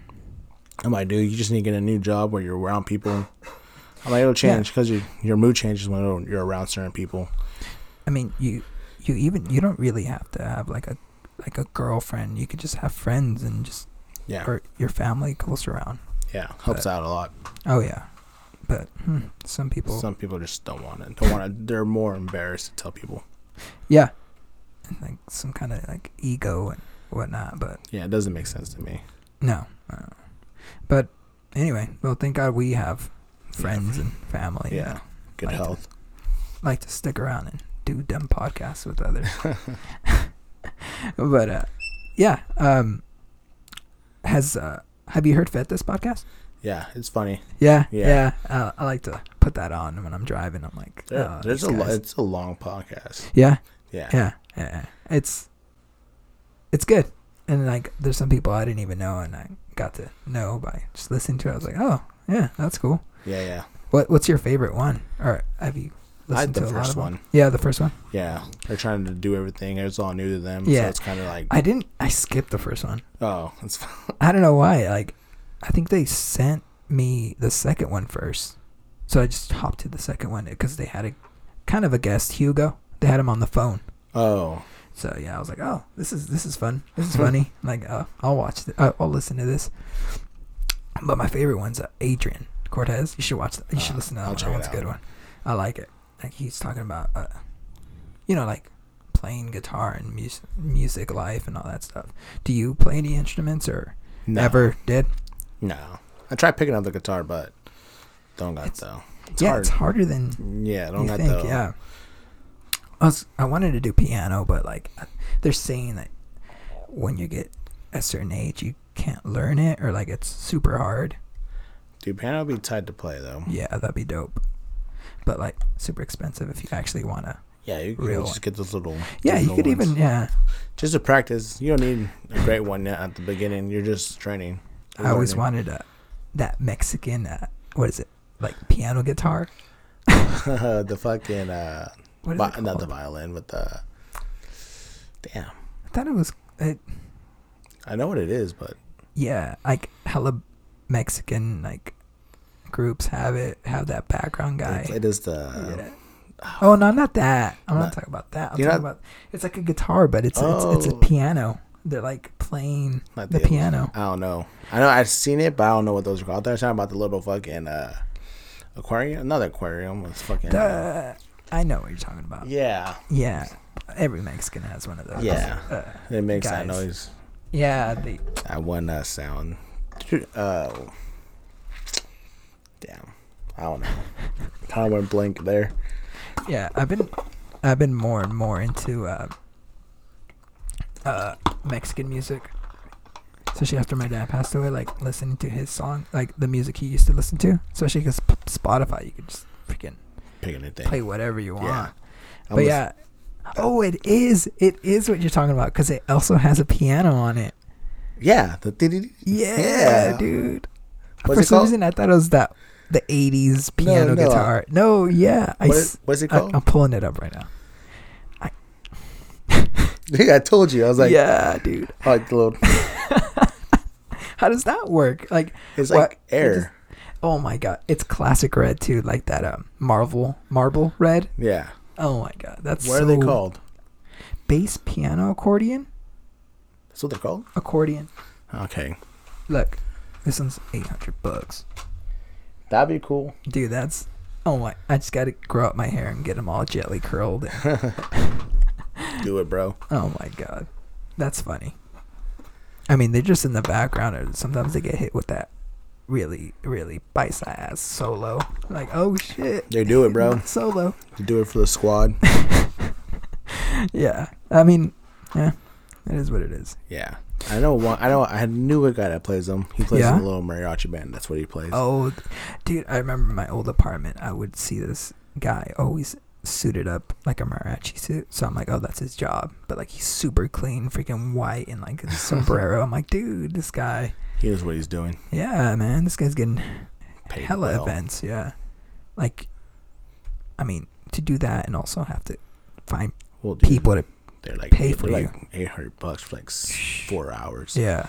S2: I'm like, dude, you just need to get a new job where you're around people. I'm like, it'll change because your your mood changes when it'll- you're around certain people.
S1: I mean, you you even you don't really have to have like a like a girlfriend. You could just have friends and just
S2: Yeah,
S1: or your family close around.
S2: yeah, helps out a lot.
S1: Oh yeah, but hmm, some people,
S2: Some people just don't want it. Don't want to. They're more embarrassed to tell people.
S1: yeah, and like some kind of like ego and whatnot. But
S2: Yeah, it doesn't make sense to me.
S1: no, uh, but anyway, well, thank God we have friends and family.
S2: Yeah,
S1: that
S2: good
S1: Like-
S2: health.
S1: like to stick around and do dumb podcasts with others. but uh, yeah, um, has uh, have you heard Fet this podcast?
S2: Yeah, it's funny.
S1: Yeah, yeah.
S2: Yeah.
S1: Uh, I like to put that on when I'm driving. I'm like,
S2: There,
S1: oh,
S2: there's a
S1: these
S2: lo-
S1: guys.
S2: it's a long podcast.
S1: yeah,
S2: Yeah,
S1: yeah, yeah, yeah. It's it's good, and like there's some people I didn't even know, and I got to know by just listening to it. I was like, oh yeah, that's cool.
S2: yeah, yeah.
S1: What what's your favorite one? Or have you
S2: I
S1: listened
S2: had the
S1: to a lot
S2: first
S1: of them?
S2: one.
S1: Yeah, the first one.
S2: Yeah, they're trying to do everything. It's all new to them.
S1: Yeah.
S2: so it's kind of like,
S1: I didn't. I skipped the first one.
S2: oh, it's
S1: I don't know why. Like, I think they sent me the second one first, so I just hopped to the second one because they had a kind of a guest, Hugo. They had him on the phone.
S2: oh,
S1: So yeah, I was like, oh, this is this is fun. This is funny. like uh, I'll watch. Th- uh, I'll listen to this. But my favorite one's uh, Adrian Cortez. You should watch. That. You should
S2: Uh,
S1: listen to that
S2: I'll
S1: one. That
S2: check it
S1: one's a
S2: out.
S1: good one. I like it. Like he's talking about, uh, you know, like playing guitar and music, music life, and all that stuff. Do you play any instruments or
S2: No.
S1: ever did?
S2: No. I tried picking up the guitar, but don't got
S1: It's-
S2: though.
S1: yeah,
S2: hard.
S1: it's harder than
S2: Yeah, don't
S1: you
S2: got
S1: think,
S2: though.
S1: yeah. I was I wanted to do piano, but like uh, they're saying that when you get a certain age, you can't learn it, or like it's super hard.
S2: Dude, piano would be tight to play though.
S1: Yeah, that'd be dope, but like super expensive if you actually wanna.
S2: Yeah, you could
S1: Real
S2: just get those little.
S1: Yeah,
S2: those
S1: you
S2: little
S1: could
S2: ones.
S1: even yeah.
S2: just to practice. You don't need a great one yet at the beginning. You're just training.
S1: I always
S2: Learning.
S1: wanted a, that Mexican uh, what is it like piano guitar?
S2: the fucking uh,
S1: What is
S2: vi-
S1: it called?
S2: not the violin, but the damn.
S1: I thought it was it,
S2: I know what it is, but
S1: yeah, like hella Mexican like groups have it have that background guy.
S2: it's, it is the.
S1: Yeah. Oh no, not that. I'm not,
S2: Not-
S1: talking about that. I'm
S2: Um, You're
S1: talking
S2: not-
S1: about it's like a guitar, but it's it's, it's a
S2: Oh.
S1: piano. They're like playing
S2: Not
S1: the
S2: the-
S1: piano.
S2: I don't know. I know I've seen it, but I don't know what those are called. I thought you were talking about the little fucking uh, aquarium. Another aquarium. It's fucking.
S1: Duh. I know what you're talking about. Yeah.
S2: yeah,
S1: every Mexican has one of those.
S2: Yeah.
S1: uh,
S2: it makes that
S1: Guys.
S2: noise.
S1: yeah. They,
S2: That one uh, sound. Uh, damn. I don't know. Kind of went blank there.
S1: yeah. I've been I've been more and more into uh, uh, Mexican music. Especially after my dad passed away, like listening to his song, like the music he used to listen to. Especially because Spotify, you could just freaking
S2: Pick anything.
S1: play whatever you want.
S2: Yeah.
S1: But yeah. Oh, it is. It is what you're talking about because it also has a piano on it.
S2: Yeah. The dee-dee-dee.
S1: Yeah,
S2: Yeah.
S1: dude.
S2: What's
S1: For
S2: it
S1: some
S2: called?
S1: reason, I thought it was that the '80s piano
S2: no.
S1: guitar. No, yeah. I,
S2: What
S1: s-
S2: is, what's it
S1: I,
S2: called?
S1: am pulling it up right now.
S2: Yeah, I told you. I was like,
S1: yeah, dude.
S2: I like the little.
S1: How does that work? Like,
S2: It's
S1: What?
S2: like air.
S1: It just- oh my god, it's classic red too, like that um Marvel marble red.
S2: yeah.
S1: Oh my god, that's
S2: What are they
S1: so-
S2: called?
S1: Bass piano accordion,
S2: That's what they're called.
S1: accordion.
S2: Okay.
S1: Look, this one's 800 bucks.
S2: That'd be cool.
S1: Dude, that's oh my! I just gotta grow up my hair and get them all gently curled.
S2: Do it, bro.
S1: oh my god, that's funny. I mean, they're just in the background, or sometimes they get hit with that really, really bite ass solo. Like, oh shit,
S2: They do it, bro.
S1: solo.
S2: They do it for the squad.
S1: Yeah, I mean, yeah, it is what it is.
S2: Yeah. I know one. I know. I knew a guy that plays them. He plays
S1: Yeah?
S2: in a little mariachi band. That's what he plays.
S1: Oh, th- dude, I remember my old apartment. I would see this guy always suited up like a mariachi suit. So I'm like, oh, that's his job. But like, he's super clean, freaking white, and like a sombrero. I'm like, dude, this guy.
S2: He knows what he's doing.
S1: Yeah, man, this guy's getting
S2: Paid
S1: hella
S2: well.
S1: events. Yeah, like, I mean, to do that and also have to find
S2: Well, dude,
S1: people to.
S2: They're like
S1: pay
S2: they're
S1: for
S2: like eight hundred bucks for like s- four hours.
S1: Yeah,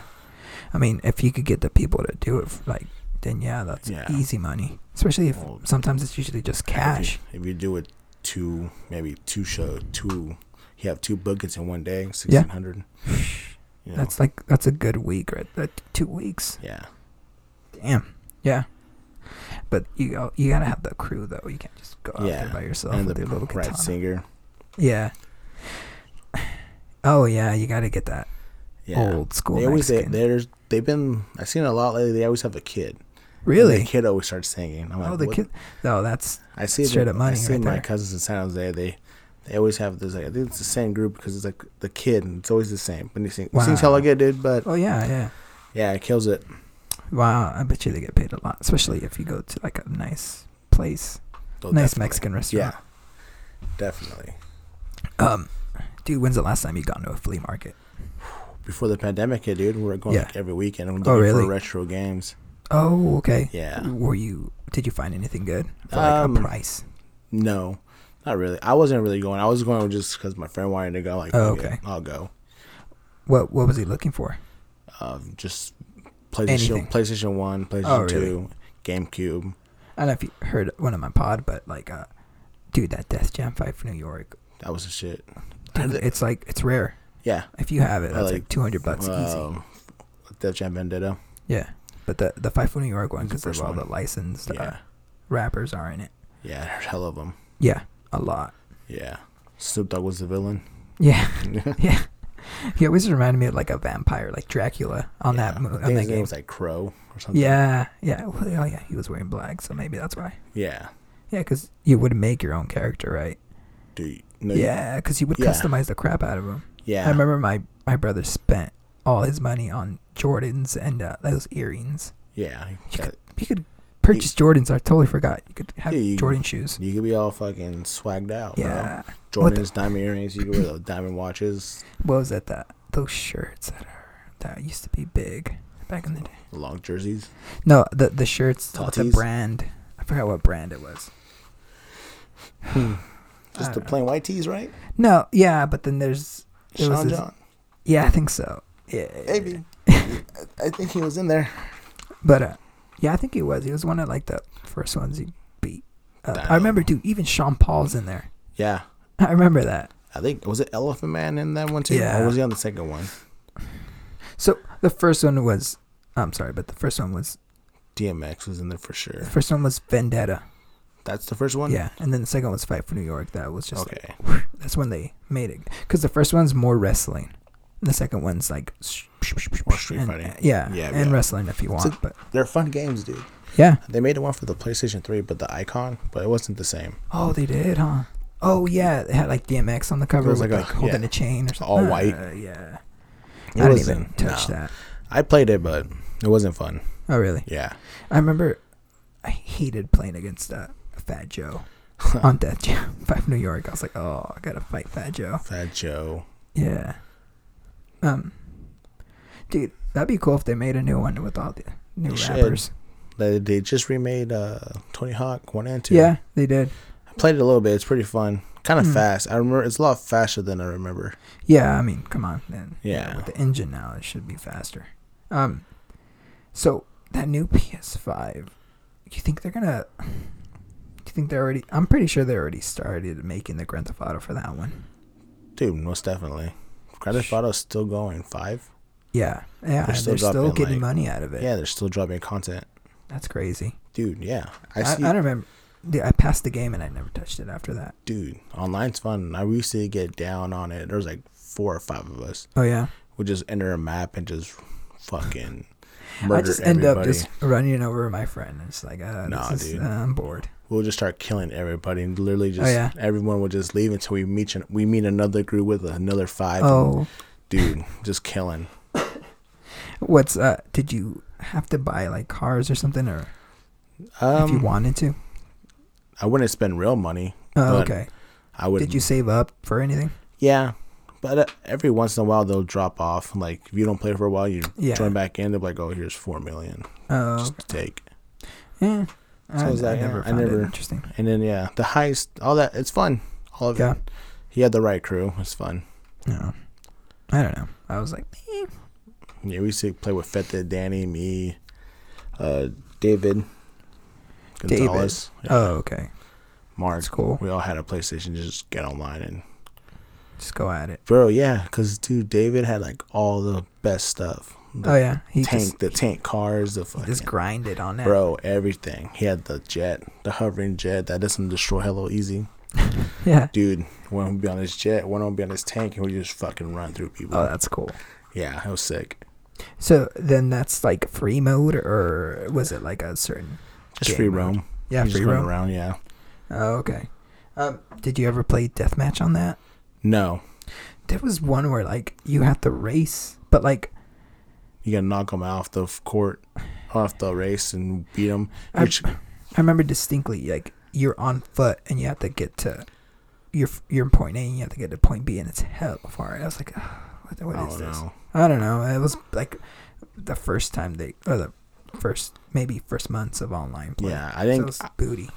S1: I mean, if you could get the people to do it, f- like, then yeah, that's
S2: Yeah.
S1: easy money. Especially if
S2: Well,
S1: sometimes it's usually just cash.
S2: If you, if you do it two, maybe two show, two, you have two buckets in one day,
S1: Yeah.
S2: sixteen hundred. You know,
S1: That's like that's a good week, right? That two weeks.
S2: yeah.
S1: Damn. Yeah. But you go, you gotta have the crew though. You can't just go out there
S2: Yeah,
S1: by yourself
S2: And
S1: with
S2: the
S1: your little
S2: right
S1: katana.
S2: singer.
S1: Yeah. Oh yeah, you gotta get that
S2: Yeah.
S1: old school
S2: They always they,
S1: Mexican.
S2: there's they've been I've seen a lot lately. They always have a kid. And
S1: really?
S2: the kid always starts singing. I'm like,
S1: oh, the
S2: what-
S1: kid. No, that's
S2: I see
S1: straight
S2: the,
S1: up money
S2: I see
S1: right
S2: my
S1: there.
S2: cousins in San Jose. They they always have this. Like, I think it's the same group because it's like the kid. and It's always the same. When he sings, he sings
S1: Wow.
S2: hella good, dude. But
S1: oh yeah, yeah.
S2: yeah, it kills it.
S1: Wow, I bet you they get paid a lot, especially if you go to like a nice place,
S2: Oh,
S1: nice
S2: definitely.
S1: Mexican
S2: Yeah,
S1: restaurant.
S2: definitely.
S1: Um, dude, when's the last time you gone to a flea market?
S2: before the pandemic hit, dude, we were going
S1: Yeah.
S2: like every weekend. and
S1: Oh,
S2: looking
S1: really?
S2: For retro games.
S1: Oh, okay.
S2: Yeah.
S1: Were you? Did you find anything good for like
S2: Um,
S1: a price?
S2: No, not really. I wasn't really going. I was going just because my friend wanted to go. Like,
S1: Oh,
S2: "Fuck it,
S1: okay.
S2: I'll go.
S1: What What was he looking for?
S2: Um, just PlayStation,
S1: Anything.
S2: PlayStation One, PlayStation
S1: Oh, really?
S2: Two, GameCube.
S1: I don't know if you heard one of my pod, but like, uh, dude, that Death Jam fight for New York,
S2: That was the shit.
S1: dude, it's like it's rare.
S2: Yeah.
S1: If you have it, that's like,
S2: like,
S1: two hundred bucks easy.
S2: Um, Def Jam Vendetta.
S1: Yeah, but the the Five Foot New York one
S2: It's the
S1: because there's
S2: first
S1: all
S2: one.
S1: the licensed uh,
S2: Yeah.
S1: rappers are in it.
S2: Yeah, there's hell of them.
S1: Yeah, a lot.
S2: Yeah. Snoop Dogg was the villain.
S1: Yeah, yeah. He always reminded me of like a vampire, like Dracula on that
S2: Yeah.
S1: movie.
S2: I think
S1: On that
S2: his name
S1: game.
S2: was like Crow or something.
S1: Yeah, yeah. Well, Oh yeah, he was wearing black, so maybe that's why.
S2: Yeah.
S1: Yeah, because you would make your own character, right?
S2: Dude. No,
S1: Yeah, because you would
S2: Yeah.
S1: customize the crap out of him.
S2: Yeah.
S1: I remember my my brother spent all his money on Jordans and uh, those earrings.
S2: Yeah.
S1: You
S2: that-
S1: could, you could purchase Jordans. I totally forgot. You could have
S2: Yeah, you- Oh,
S1: Jordan shoes.
S2: You could be all fucking swagged out,
S1: Yeah.
S2: bro.
S1: What the-
S2: Jordan's diamond earrings. You could wear those diamond watches.
S1: What was that? That those shirts that are that used to be big back in the day.
S2: Long jerseys.
S1: No, the the shirts. What's the
S2: Tatis?
S1: brand? I forgot what brand it was.
S2: Just
S1: I
S2: the
S1: don't know.
S2: plain white tees, right?
S1: No, yeah, but then there's Uh, It was
S2: Sean
S1: this-
S2: John.
S1: yeah, I think so. Yeah,
S2: Maybe. I I think he was in there.
S1: But uh, yeah, I think he was. He was one of like the first ones he beat. Uh, I
S2: Damn.
S1: remember, dude. Even Sean Paul's in there.
S2: Yeah.
S1: I remember that.
S2: I think was it Elephant Man in that one too?
S1: Yeah.
S2: Or was he on the second one?
S1: So the first one was. I'm sorry, but the first one was
S2: DMX was in there for
S1: the
S2: sure.
S1: first one was Vendetta.
S2: That's the first one.
S1: Yeah, and then the second was Fight for New York. That was just
S2: Okay.
S1: like, that's when they made it because the first one's more wrestling. And the second one's like
S2: More street
S1: and- uh,
S2: fighting.
S1: Yeah,
S2: Yeah,
S1: and
S2: yeah.
S1: wrestling if you want.
S2: So-
S1: but
S2: They're fun games, dude.
S1: yeah.
S2: They made one for the PlayStation 3, but the icon, but it wasn't the same.
S1: Oh, they did, huh? Oh yeah, it had like DMX on the cover,
S2: It was
S1: with, like,
S2: like a-
S1: holding
S2: yeah.
S1: a chain or something.
S2: All white.
S1: Uh, yeah,
S2: It
S1: I didn't
S2: wasn't-
S1: even touch
S2: no.
S1: that.
S2: I played it, but it wasn't fun.
S1: Oh really?
S2: Yeah.
S1: I remember I hated playing against uh, Fat Joe on Death Jam Five New York. I was like, oh, I gotta fight Fat Joe.
S2: Fat Joe.
S1: Yeah. Um, dude, that'd be cool if they made a new one with all the new
S2: They should.
S1: rappers.
S2: They, they just remade uh, Tony Hawk 1 and 2.
S1: Yeah, they did.
S2: I played it a little bit. It's pretty fun. Kind of
S1: Mm.
S2: fast. I remember it's a lot faster than I remember.
S1: Yeah, I mean, come on, man.
S2: Yeah.
S1: with the engine now, it should be faster. Um, so that new PS5, you think they're gonna? Do you think they're already? I'm pretty sure they already started making the Grand Theft Auto for that one.
S2: Dude, most definitely. Grand Theft Auto's still going. Five?
S1: Yeah, yeah,
S2: They're
S1: and
S2: still
S1: they're still,
S2: dropping,
S1: getting
S2: like-
S1: money out of it.
S2: Yeah, they're still dropping content.
S1: that's crazy.
S2: Dude, yeah. I
S1: I, I,
S2: see.
S1: don't remember. Dude, I passed the game and I never touched it after that.
S2: dude, online's fun. I used to get down on it. There was like four or five of us.
S1: Oh yeah,
S2: We just enter a map and just fucking
S1: I
S2: murder
S1: just end
S2: everybody.
S1: up just running over my friend. It's like, uh,
S2: Nah,
S1: this is,
S2: dude.
S1: uh, I'm bored.
S2: we'll just start killing everybody and literally just
S1: Oh, yeah.
S2: everyone will just leave until we meet an- we meet another group with another five. and
S1: Oh,
S2: dude, just killing.
S1: what's uh? Did you have to buy like cars or something, or if you
S2: Um,
S1: wanted to?
S2: I wouldn't spend real money.
S1: Oh,
S2: but
S1: okay.
S2: I would.
S1: Did you save up for anything?
S2: Yeah, but uh, every once in a while they'll drop off. Like if you don't play for a while, you
S1: Yeah.
S2: join back in. They're like, oh, here's four million.
S1: Oh,
S2: Just take.
S1: yeah.
S2: So
S1: I,
S2: I was
S1: I
S2: like,
S1: never
S2: yeah, I
S1: found
S2: never-
S1: it interesting.
S2: And then yeah, the heist, all that. It's fun. All of
S1: Yeah.
S2: it. He had the right crew. It's fun.
S1: No, I don't know. I was like, eh.
S2: Yeah, we used to play with Feta, Danny, me, uh, David,
S1: David.
S2: Gonzalez, yeah,
S1: oh, okay,
S2: Mark.
S1: that's cool.
S2: We all had a PlayStation. Just get online and
S1: Just go at it.
S2: bro, yeah, because dude, David had like all the best stuff. The
S1: Oh yeah, he
S2: tank,
S1: just
S2: the tank cars, the fucking
S1: just grinded on that.
S2: bro, everything. He had the jet, the hovering jet that doesn't destroy hello easy,
S1: Yeah.
S2: dude. One would be on his jet, one would be on his tank, and we just fucking run through people.
S1: Oh, that's cool.
S2: yeah, it was sick.
S1: So then that's like free mode, or was it like a certain?
S2: Just
S1: Game
S2: free
S1: mode.
S2: roam.
S1: Yeah,
S2: You just
S1: free
S2: run
S1: roam.
S2: around. Yeah,
S1: Oh, okay. Um, did you ever play deathmatch on that?
S2: no,
S1: There was one where like you had to race, but like
S2: you gotta knock them off the f- court, off the race, and beat them.
S1: I- I remember distinctly like you're on foot and you have to get to your your point A and you have to get to point B and it's hell far. And I was like, "Ugh, what,
S2: I
S1: what is
S2: don't
S1: this?
S2: know.
S1: I don't know. It was like the first time they or the first maybe first months of online play.
S2: Yeah, I
S1: So
S2: think
S1: it was booty.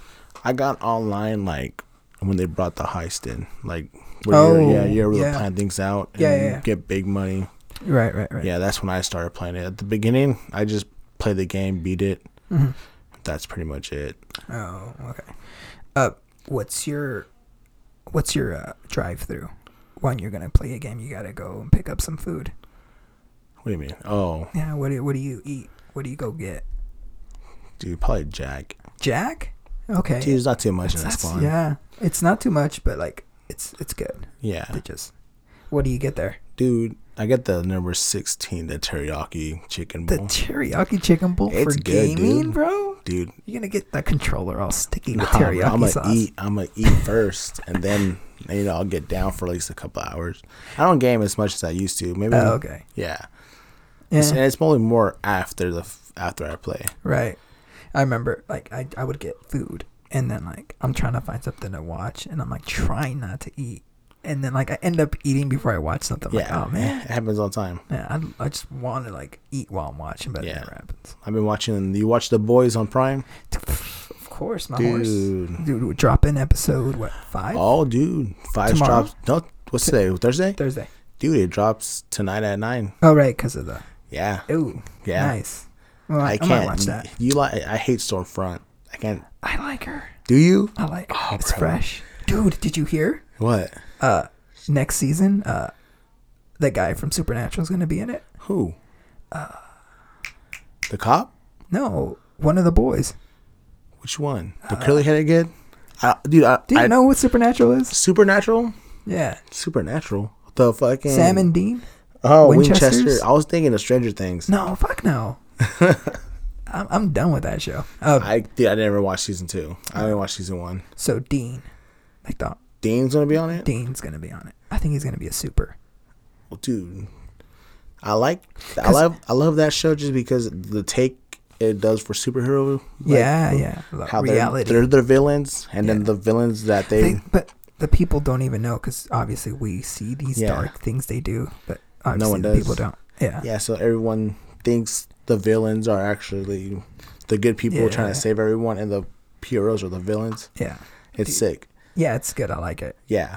S2: I got online like when they brought the heist in, like where
S1: Oh,
S2: you're, yeah, you're able
S1: yeah.
S2: to plan things out and
S1: Yeah, yeah, yeah.
S2: get big money.
S1: Right, right, right.
S2: Yeah, that's when I started playing it. At the beginning, I just played the game, beat it.
S1: Mhm.
S2: That's pretty much it.
S1: Oh, okay. Uh, what's your what's your uh, drive through? when you're gonna play a game, you gotta go and pick up some food.
S2: What do you mean? Oh,
S1: Yeah, what do, what do you eat? What do you go get?
S2: dude, probably Jack.
S1: Jack? Okay.
S2: Dude, it's not too much and it's
S1: That's-
S2: fun. Yeah.
S1: yeah, it's not too much, but like it's it's good. It just. What do you get there?
S2: Dude, I get the number 16, the teriyaki chicken
S1: The
S2: bowl.
S1: teriyaki chicken bowl
S2: It's
S1: for
S2: good,
S1: gaming,
S2: dude.
S1: bro.
S2: dude,
S1: You're gonna get that controller all sticky with
S2: nah,
S1: teriyaki
S2: I'm going to
S1: sauce.
S2: eat. I'm going to eat first. and then, you know, I'll get down for at least a couple hours. I don't game as much as I used to. Maybe.
S1: Oh, okay.
S2: Yeah.
S1: Yeah,
S2: It's, and it's probably more after the f- after I play.
S1: right. I remember, like, I, I would get food, and then like I'm trying to find something to watch, and I'm like trying not to eat, and then like I end up eating before I watch something. I'm
S2: yeah.
S1: Like, oh man.
S2: It happens all the time.
S1: Yeah, I, I just want to like eat while I'm watching, but it
S2: Yeah.
S1: never happens.
S2: I've been watching. You watch The Boys on Prime?
S1: Of course, my horse.
S2: Dude.
S1: Dude, we drop in episode what five
S2: Oh, dude. Five
S1: Tomorrow?
S2: drops. No, what's today? Thursday?
S1: Thursday.
S2: Dude, it drops tonight at 9.
S1: Oh right, because of the
S2: Yeah.
S1: ooh
S2: Yeah.
S1: nice. Well, I,
S2: I
S1: I
S2: can't.
S1: might watch that.
S2: You like? I hate Stormfront. I can't.
S1: I like her.
S2: Do you?
S1: I like her.
S2: Oh,
S1: it's
S2: bro.
S1: fresh, dude. Did you hear?
S2: What?
S1: Uh, next season, uh, the guy from Supernatural is gonna be in it.
S2: Who?
S1: Uh.
S2: the cop?
S1: No, one of the boys.
S2: Which one? The
S1: Uh,
S2: curly-headed kid? I, dude, I,
S1: Do you
S2: I-
S1: know what Supernatural is?
S2: Supernatural.
S1: Yeah,
S2: Supernatural. The fucking
S1: Sam and Dean.
S2: oh Winchester.
S1: Winchesters?
S2: I was thinking of Stranger Things.
S1: No, fuck no. I'm I'm done with that show. Uh,
S2: I dude, I never watched season two. I only watched season one.
S1: so Dean, like the
S2: Dean's gonna be on it.
S1: Dean's gonna be on it. I think he's gonna be a super.
S2: Well, dude, I like. I love. I love that show just because the take it does for superhero. like,
S1: yeah, yeah. lo-
S2: How they're-
S1: reality.
S2: They're, the villains, and then the villains that they
S1: They- but the people don't even know because obviously we see these
S2: Yeah.
S1: dark things they do, but obviously
S2: one
S1: the
S2: does.
S1: people don't. Yeah.
S2: Yeah, so everyone thinks the villains are actually the good people
S1: Yeah.
S2: trying to save everyone, and the heroes are the villains.
S1: Yeah.
S2: It's sick.
S1: Yeah, it's good. I like it.
S2: Yeah,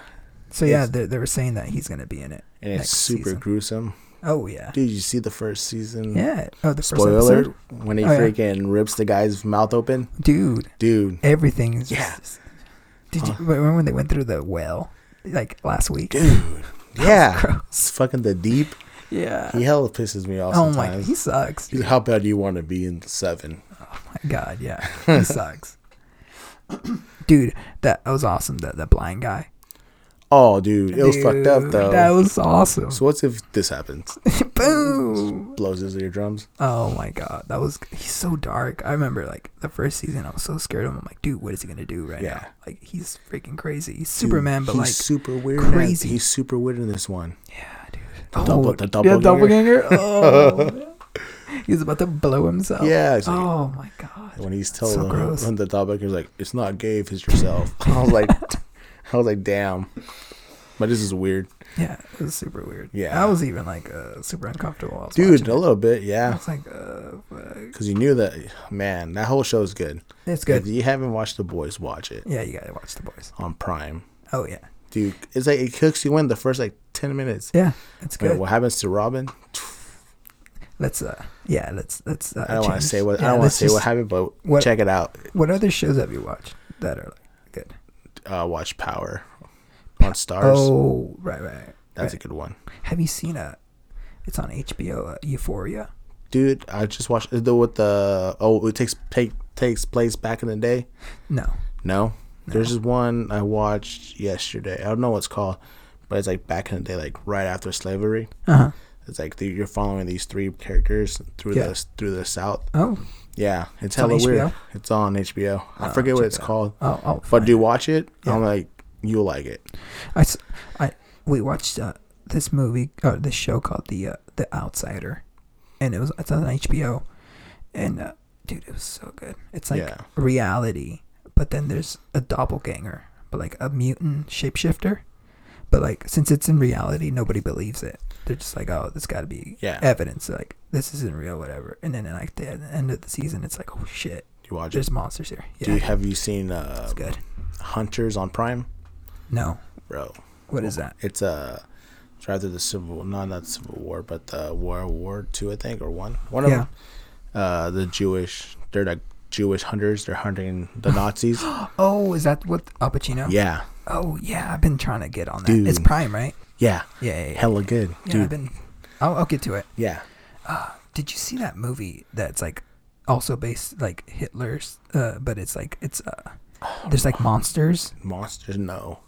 S1: So yeah,
S2: It's-
S1: they, they were saying that he's gonna be in it.
S2: and it's
S1: next
S2: super
S1: season.
S2: gruesome.
S1: Oh yeah.
S2: Dude, you see the first season?
S1: Yeah. Oh, the first
S2: Spoiler alert,
S1: episode,
S2: when he
S1: Oh, yeah.
S2: freaking rips the guy's mouth open,
S1: dude.
S2: dude.
S1: Everything is.
S2: Yeah.
S1: Just, did you remember when they went through the well, like last week?
S2: Dude, yeah,
S1: Gross.
S2: it's fucking the deep.
S1: Yeah.
S2: He hella pisses me off
S1: Oh my,
S2: sometimes.
S1: he sucks.
S2: He's, How bad do you want to be in the seven?
S1: my god, yeah, he sucks. Dude, that, that was awesome. That that blind guy.
S2: Oh, dude, it was fucked up
S1: Dude,
S2: though.
S1: That was awesome.
S2: so what's if this happens?
S1: Boom.
S2: Blows his eardrums.
S1: Oh my god, that was he's so dark. I remember like the first season, I was so scared of him. I'm like, dude, what is he gonna do right
S2: Yeah.
S1: now? Like he's freaking crazy. He's Superman,
S2: Dude,
S1: but
S2: he's
S1: like
S2: super weird.
S1: crazy.
S2: Crazy. He's super weird in this one.
S1: yeah, dude. Oh,
S2: double- the
S1: yeah, doppelganger. Oh, he's about to blow himself.
S2: Yeah. It's like,
S1: Oh my god.
S2: When he's told
S1: so
S2: him-
S1: gross.
S2: when the topic is like, it's not gay if it's yourself. I was like, I was like, damn. But this is weird,
S1: Yeah, it was super weird.
S2: Yeah.
S1: I was even like uh, super uncomfortable. while I was
S2: dude.
S1: watching
S2: A
S1: it.
S2: little bit,
S1: I
S2: yeah.
S1: was like, uh, fuck.
S2: Because you knew that, man. That whole show is good.
S1: it's good.
S2: If you haven't watched The Boys, watch it
S1: Yeah, you gotta watch the boys.
S2: on Prime,
S1: Oh yeah,
S2: dude. It's like it cooks you in the first like ten minutes.
S1: yeah, it's
S2: But
S1: good.
S2: what happens to Robin?
S1: let's uh, yeah, let's let's. Uh,
S2: I don't want to
S1: change-
S2: say what
S1: yeah,
S2: I don't want
S1: let's
S2: to say what
S1: just-
S2: happened, but
S1: What-
S2: check it out.
S1: What other shows have you watched that are like good?
S2: Uh, watch Power on Stars.
S1: Oh right, right.
S2: That's
S1: right.
S2: a good one.
S1: Have you seen a? It's on HBO. Uh, Euphoria.
S2: dude. I just watched the with the oh, it takes take, takes place back in the day.
S1: No.
S2: No, there's this one I watched yesterday. I don't know what it's called, but it's like back in the day, like right after slavery.
S1: Uh huh.
S2: It's like the, you're following these three characters through
S1: Yeah.
S2: the through the South.
S1: Oh.
S2: Yeah, it's
S1: on
S2: hella weird.
S1: HBO?
S2: It's on HBO. I
S1: Oh,
S2: forget what
S1: check
S2: it's
S1: it out.
S2: called,
S1: Oh. Oh.
S2: but do watch it.
S1: Yeah.
S2: I'm like, you'll like it.
S1: I, s- I- we watched uh, this movie or this show called the uh, the Outsider, and it was it's on HBO, and uh, dude, it was so good. It's like
S2: Yeah.
S1: reality, but then there's a doppelganger, but like a mutant shapeshifter, but like since it's in reality, nobody believes it. They're just like, oh, there's got to be
S2: Yeah.
S1: evidence, like this isn't real, whatever. And then like the, the end of the season, it's like, oh shit,
S2: You watch
S1: there's
S2: it.
S1: monsters here.
S2: Do
S1: Yeah,
S2: you, have you seen uh,
S1: it's good.
S2: Hunters on Prime,
S1: No,
S2: bro?
S1: what is that?
S2: It's uh, it's rather the civil, not not civil war, but the war war two, I think, or one, one of
S1: Yeah.
S2: them. Uh, the Jewish, they're like Jewish hunters. They're hunting the Nazis.
S1: Oh, is that what Al Pacino?
S2: yeah,
S1: Oh yeah, I've been trying to get on that.
S2: Dude.
S1: It's Prime, right?
S2: Yeah.
S1: Yeah, yeah, yeah.
S2: Hella good,
S1: Yeah, I've
S2: dude.
S1: been. I'll, I'll get to it.
S2: Yeah.
S1: Did you see that movie that's like also based like Hitler's, uh, but it's like it's uh,
S2: Oh,
S1: there's like monsters.
S2: Monsters, no.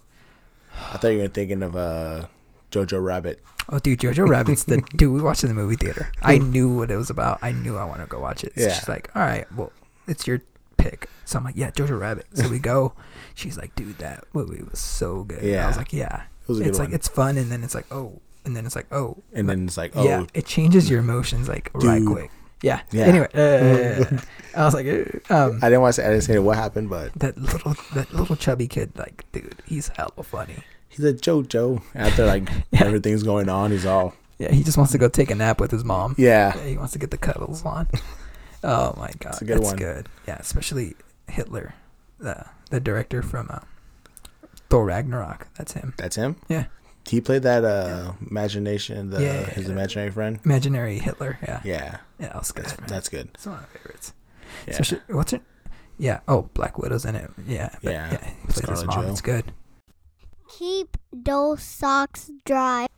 S2: I thought you were thinking of uh, Jojo Rabbit.
S1: Oh, dude, Jojo Rabbit's the dude we watched in the movie theater. I knew what it was about. I knew I want to go watch it. So
S2: Yeah.
S1: She's like, all right, well, it's your pick. So I'm like, yeah, Jojo Rabbit. So we go. She's like, dude, that movie was so good. And I
S2: Yeah.
S1: was like, yeah.
S2: It was a good
S1: it's like
S2: one.
S1: it's fun, and then it's like oh, and then it's like oh,
S2: And
S1: but-
S2: then it's like, oh,
S1: yeah, it changes your emotions like right
S2: Dude.
S1: quick. Yeah.
S2: Yeah.
S1: Anyway, uh, I was like, uh, um,
S2: I didn't want to say, I didn't say what happened, but
S1: that little that little chubby kid, like, dude, he's hella funny.
S2: he's a Jojo. After like
S1: Yeah.
S2: everything's going on, he's all,
S1: Yeah, he just wants to go take a nap with his mom.
S2: yeah,
S1: he wants to get the cuddles on. oh my god,
S2: a good
S1: that's
S2: one.
S1: good. Yeah, especially Hitler, the the director from uh, Thor Ragnarok. That's him.
S2: that's him.
S1: Yeah.
S2: He played that uh, imagination, the
S1: Yeah.
S2: his imaginary friend.
S1: Imaginary Hitler. Yeah. Yeah, that
S2: Yeah,
S1: was good.
S2: that's
S1: man.
S2: that's good.
S1: It's one of my favorites.
S2: Yeah.
S1: Especially what's it? Yeah. Oh, Black Widow's in it. Yeah. But yeah.
S2: Yeah,
S1: he plays his
S2: Scarlett
S1: mom.
S2: Jo.
S1: It's good.
S3: Keep those socks dry.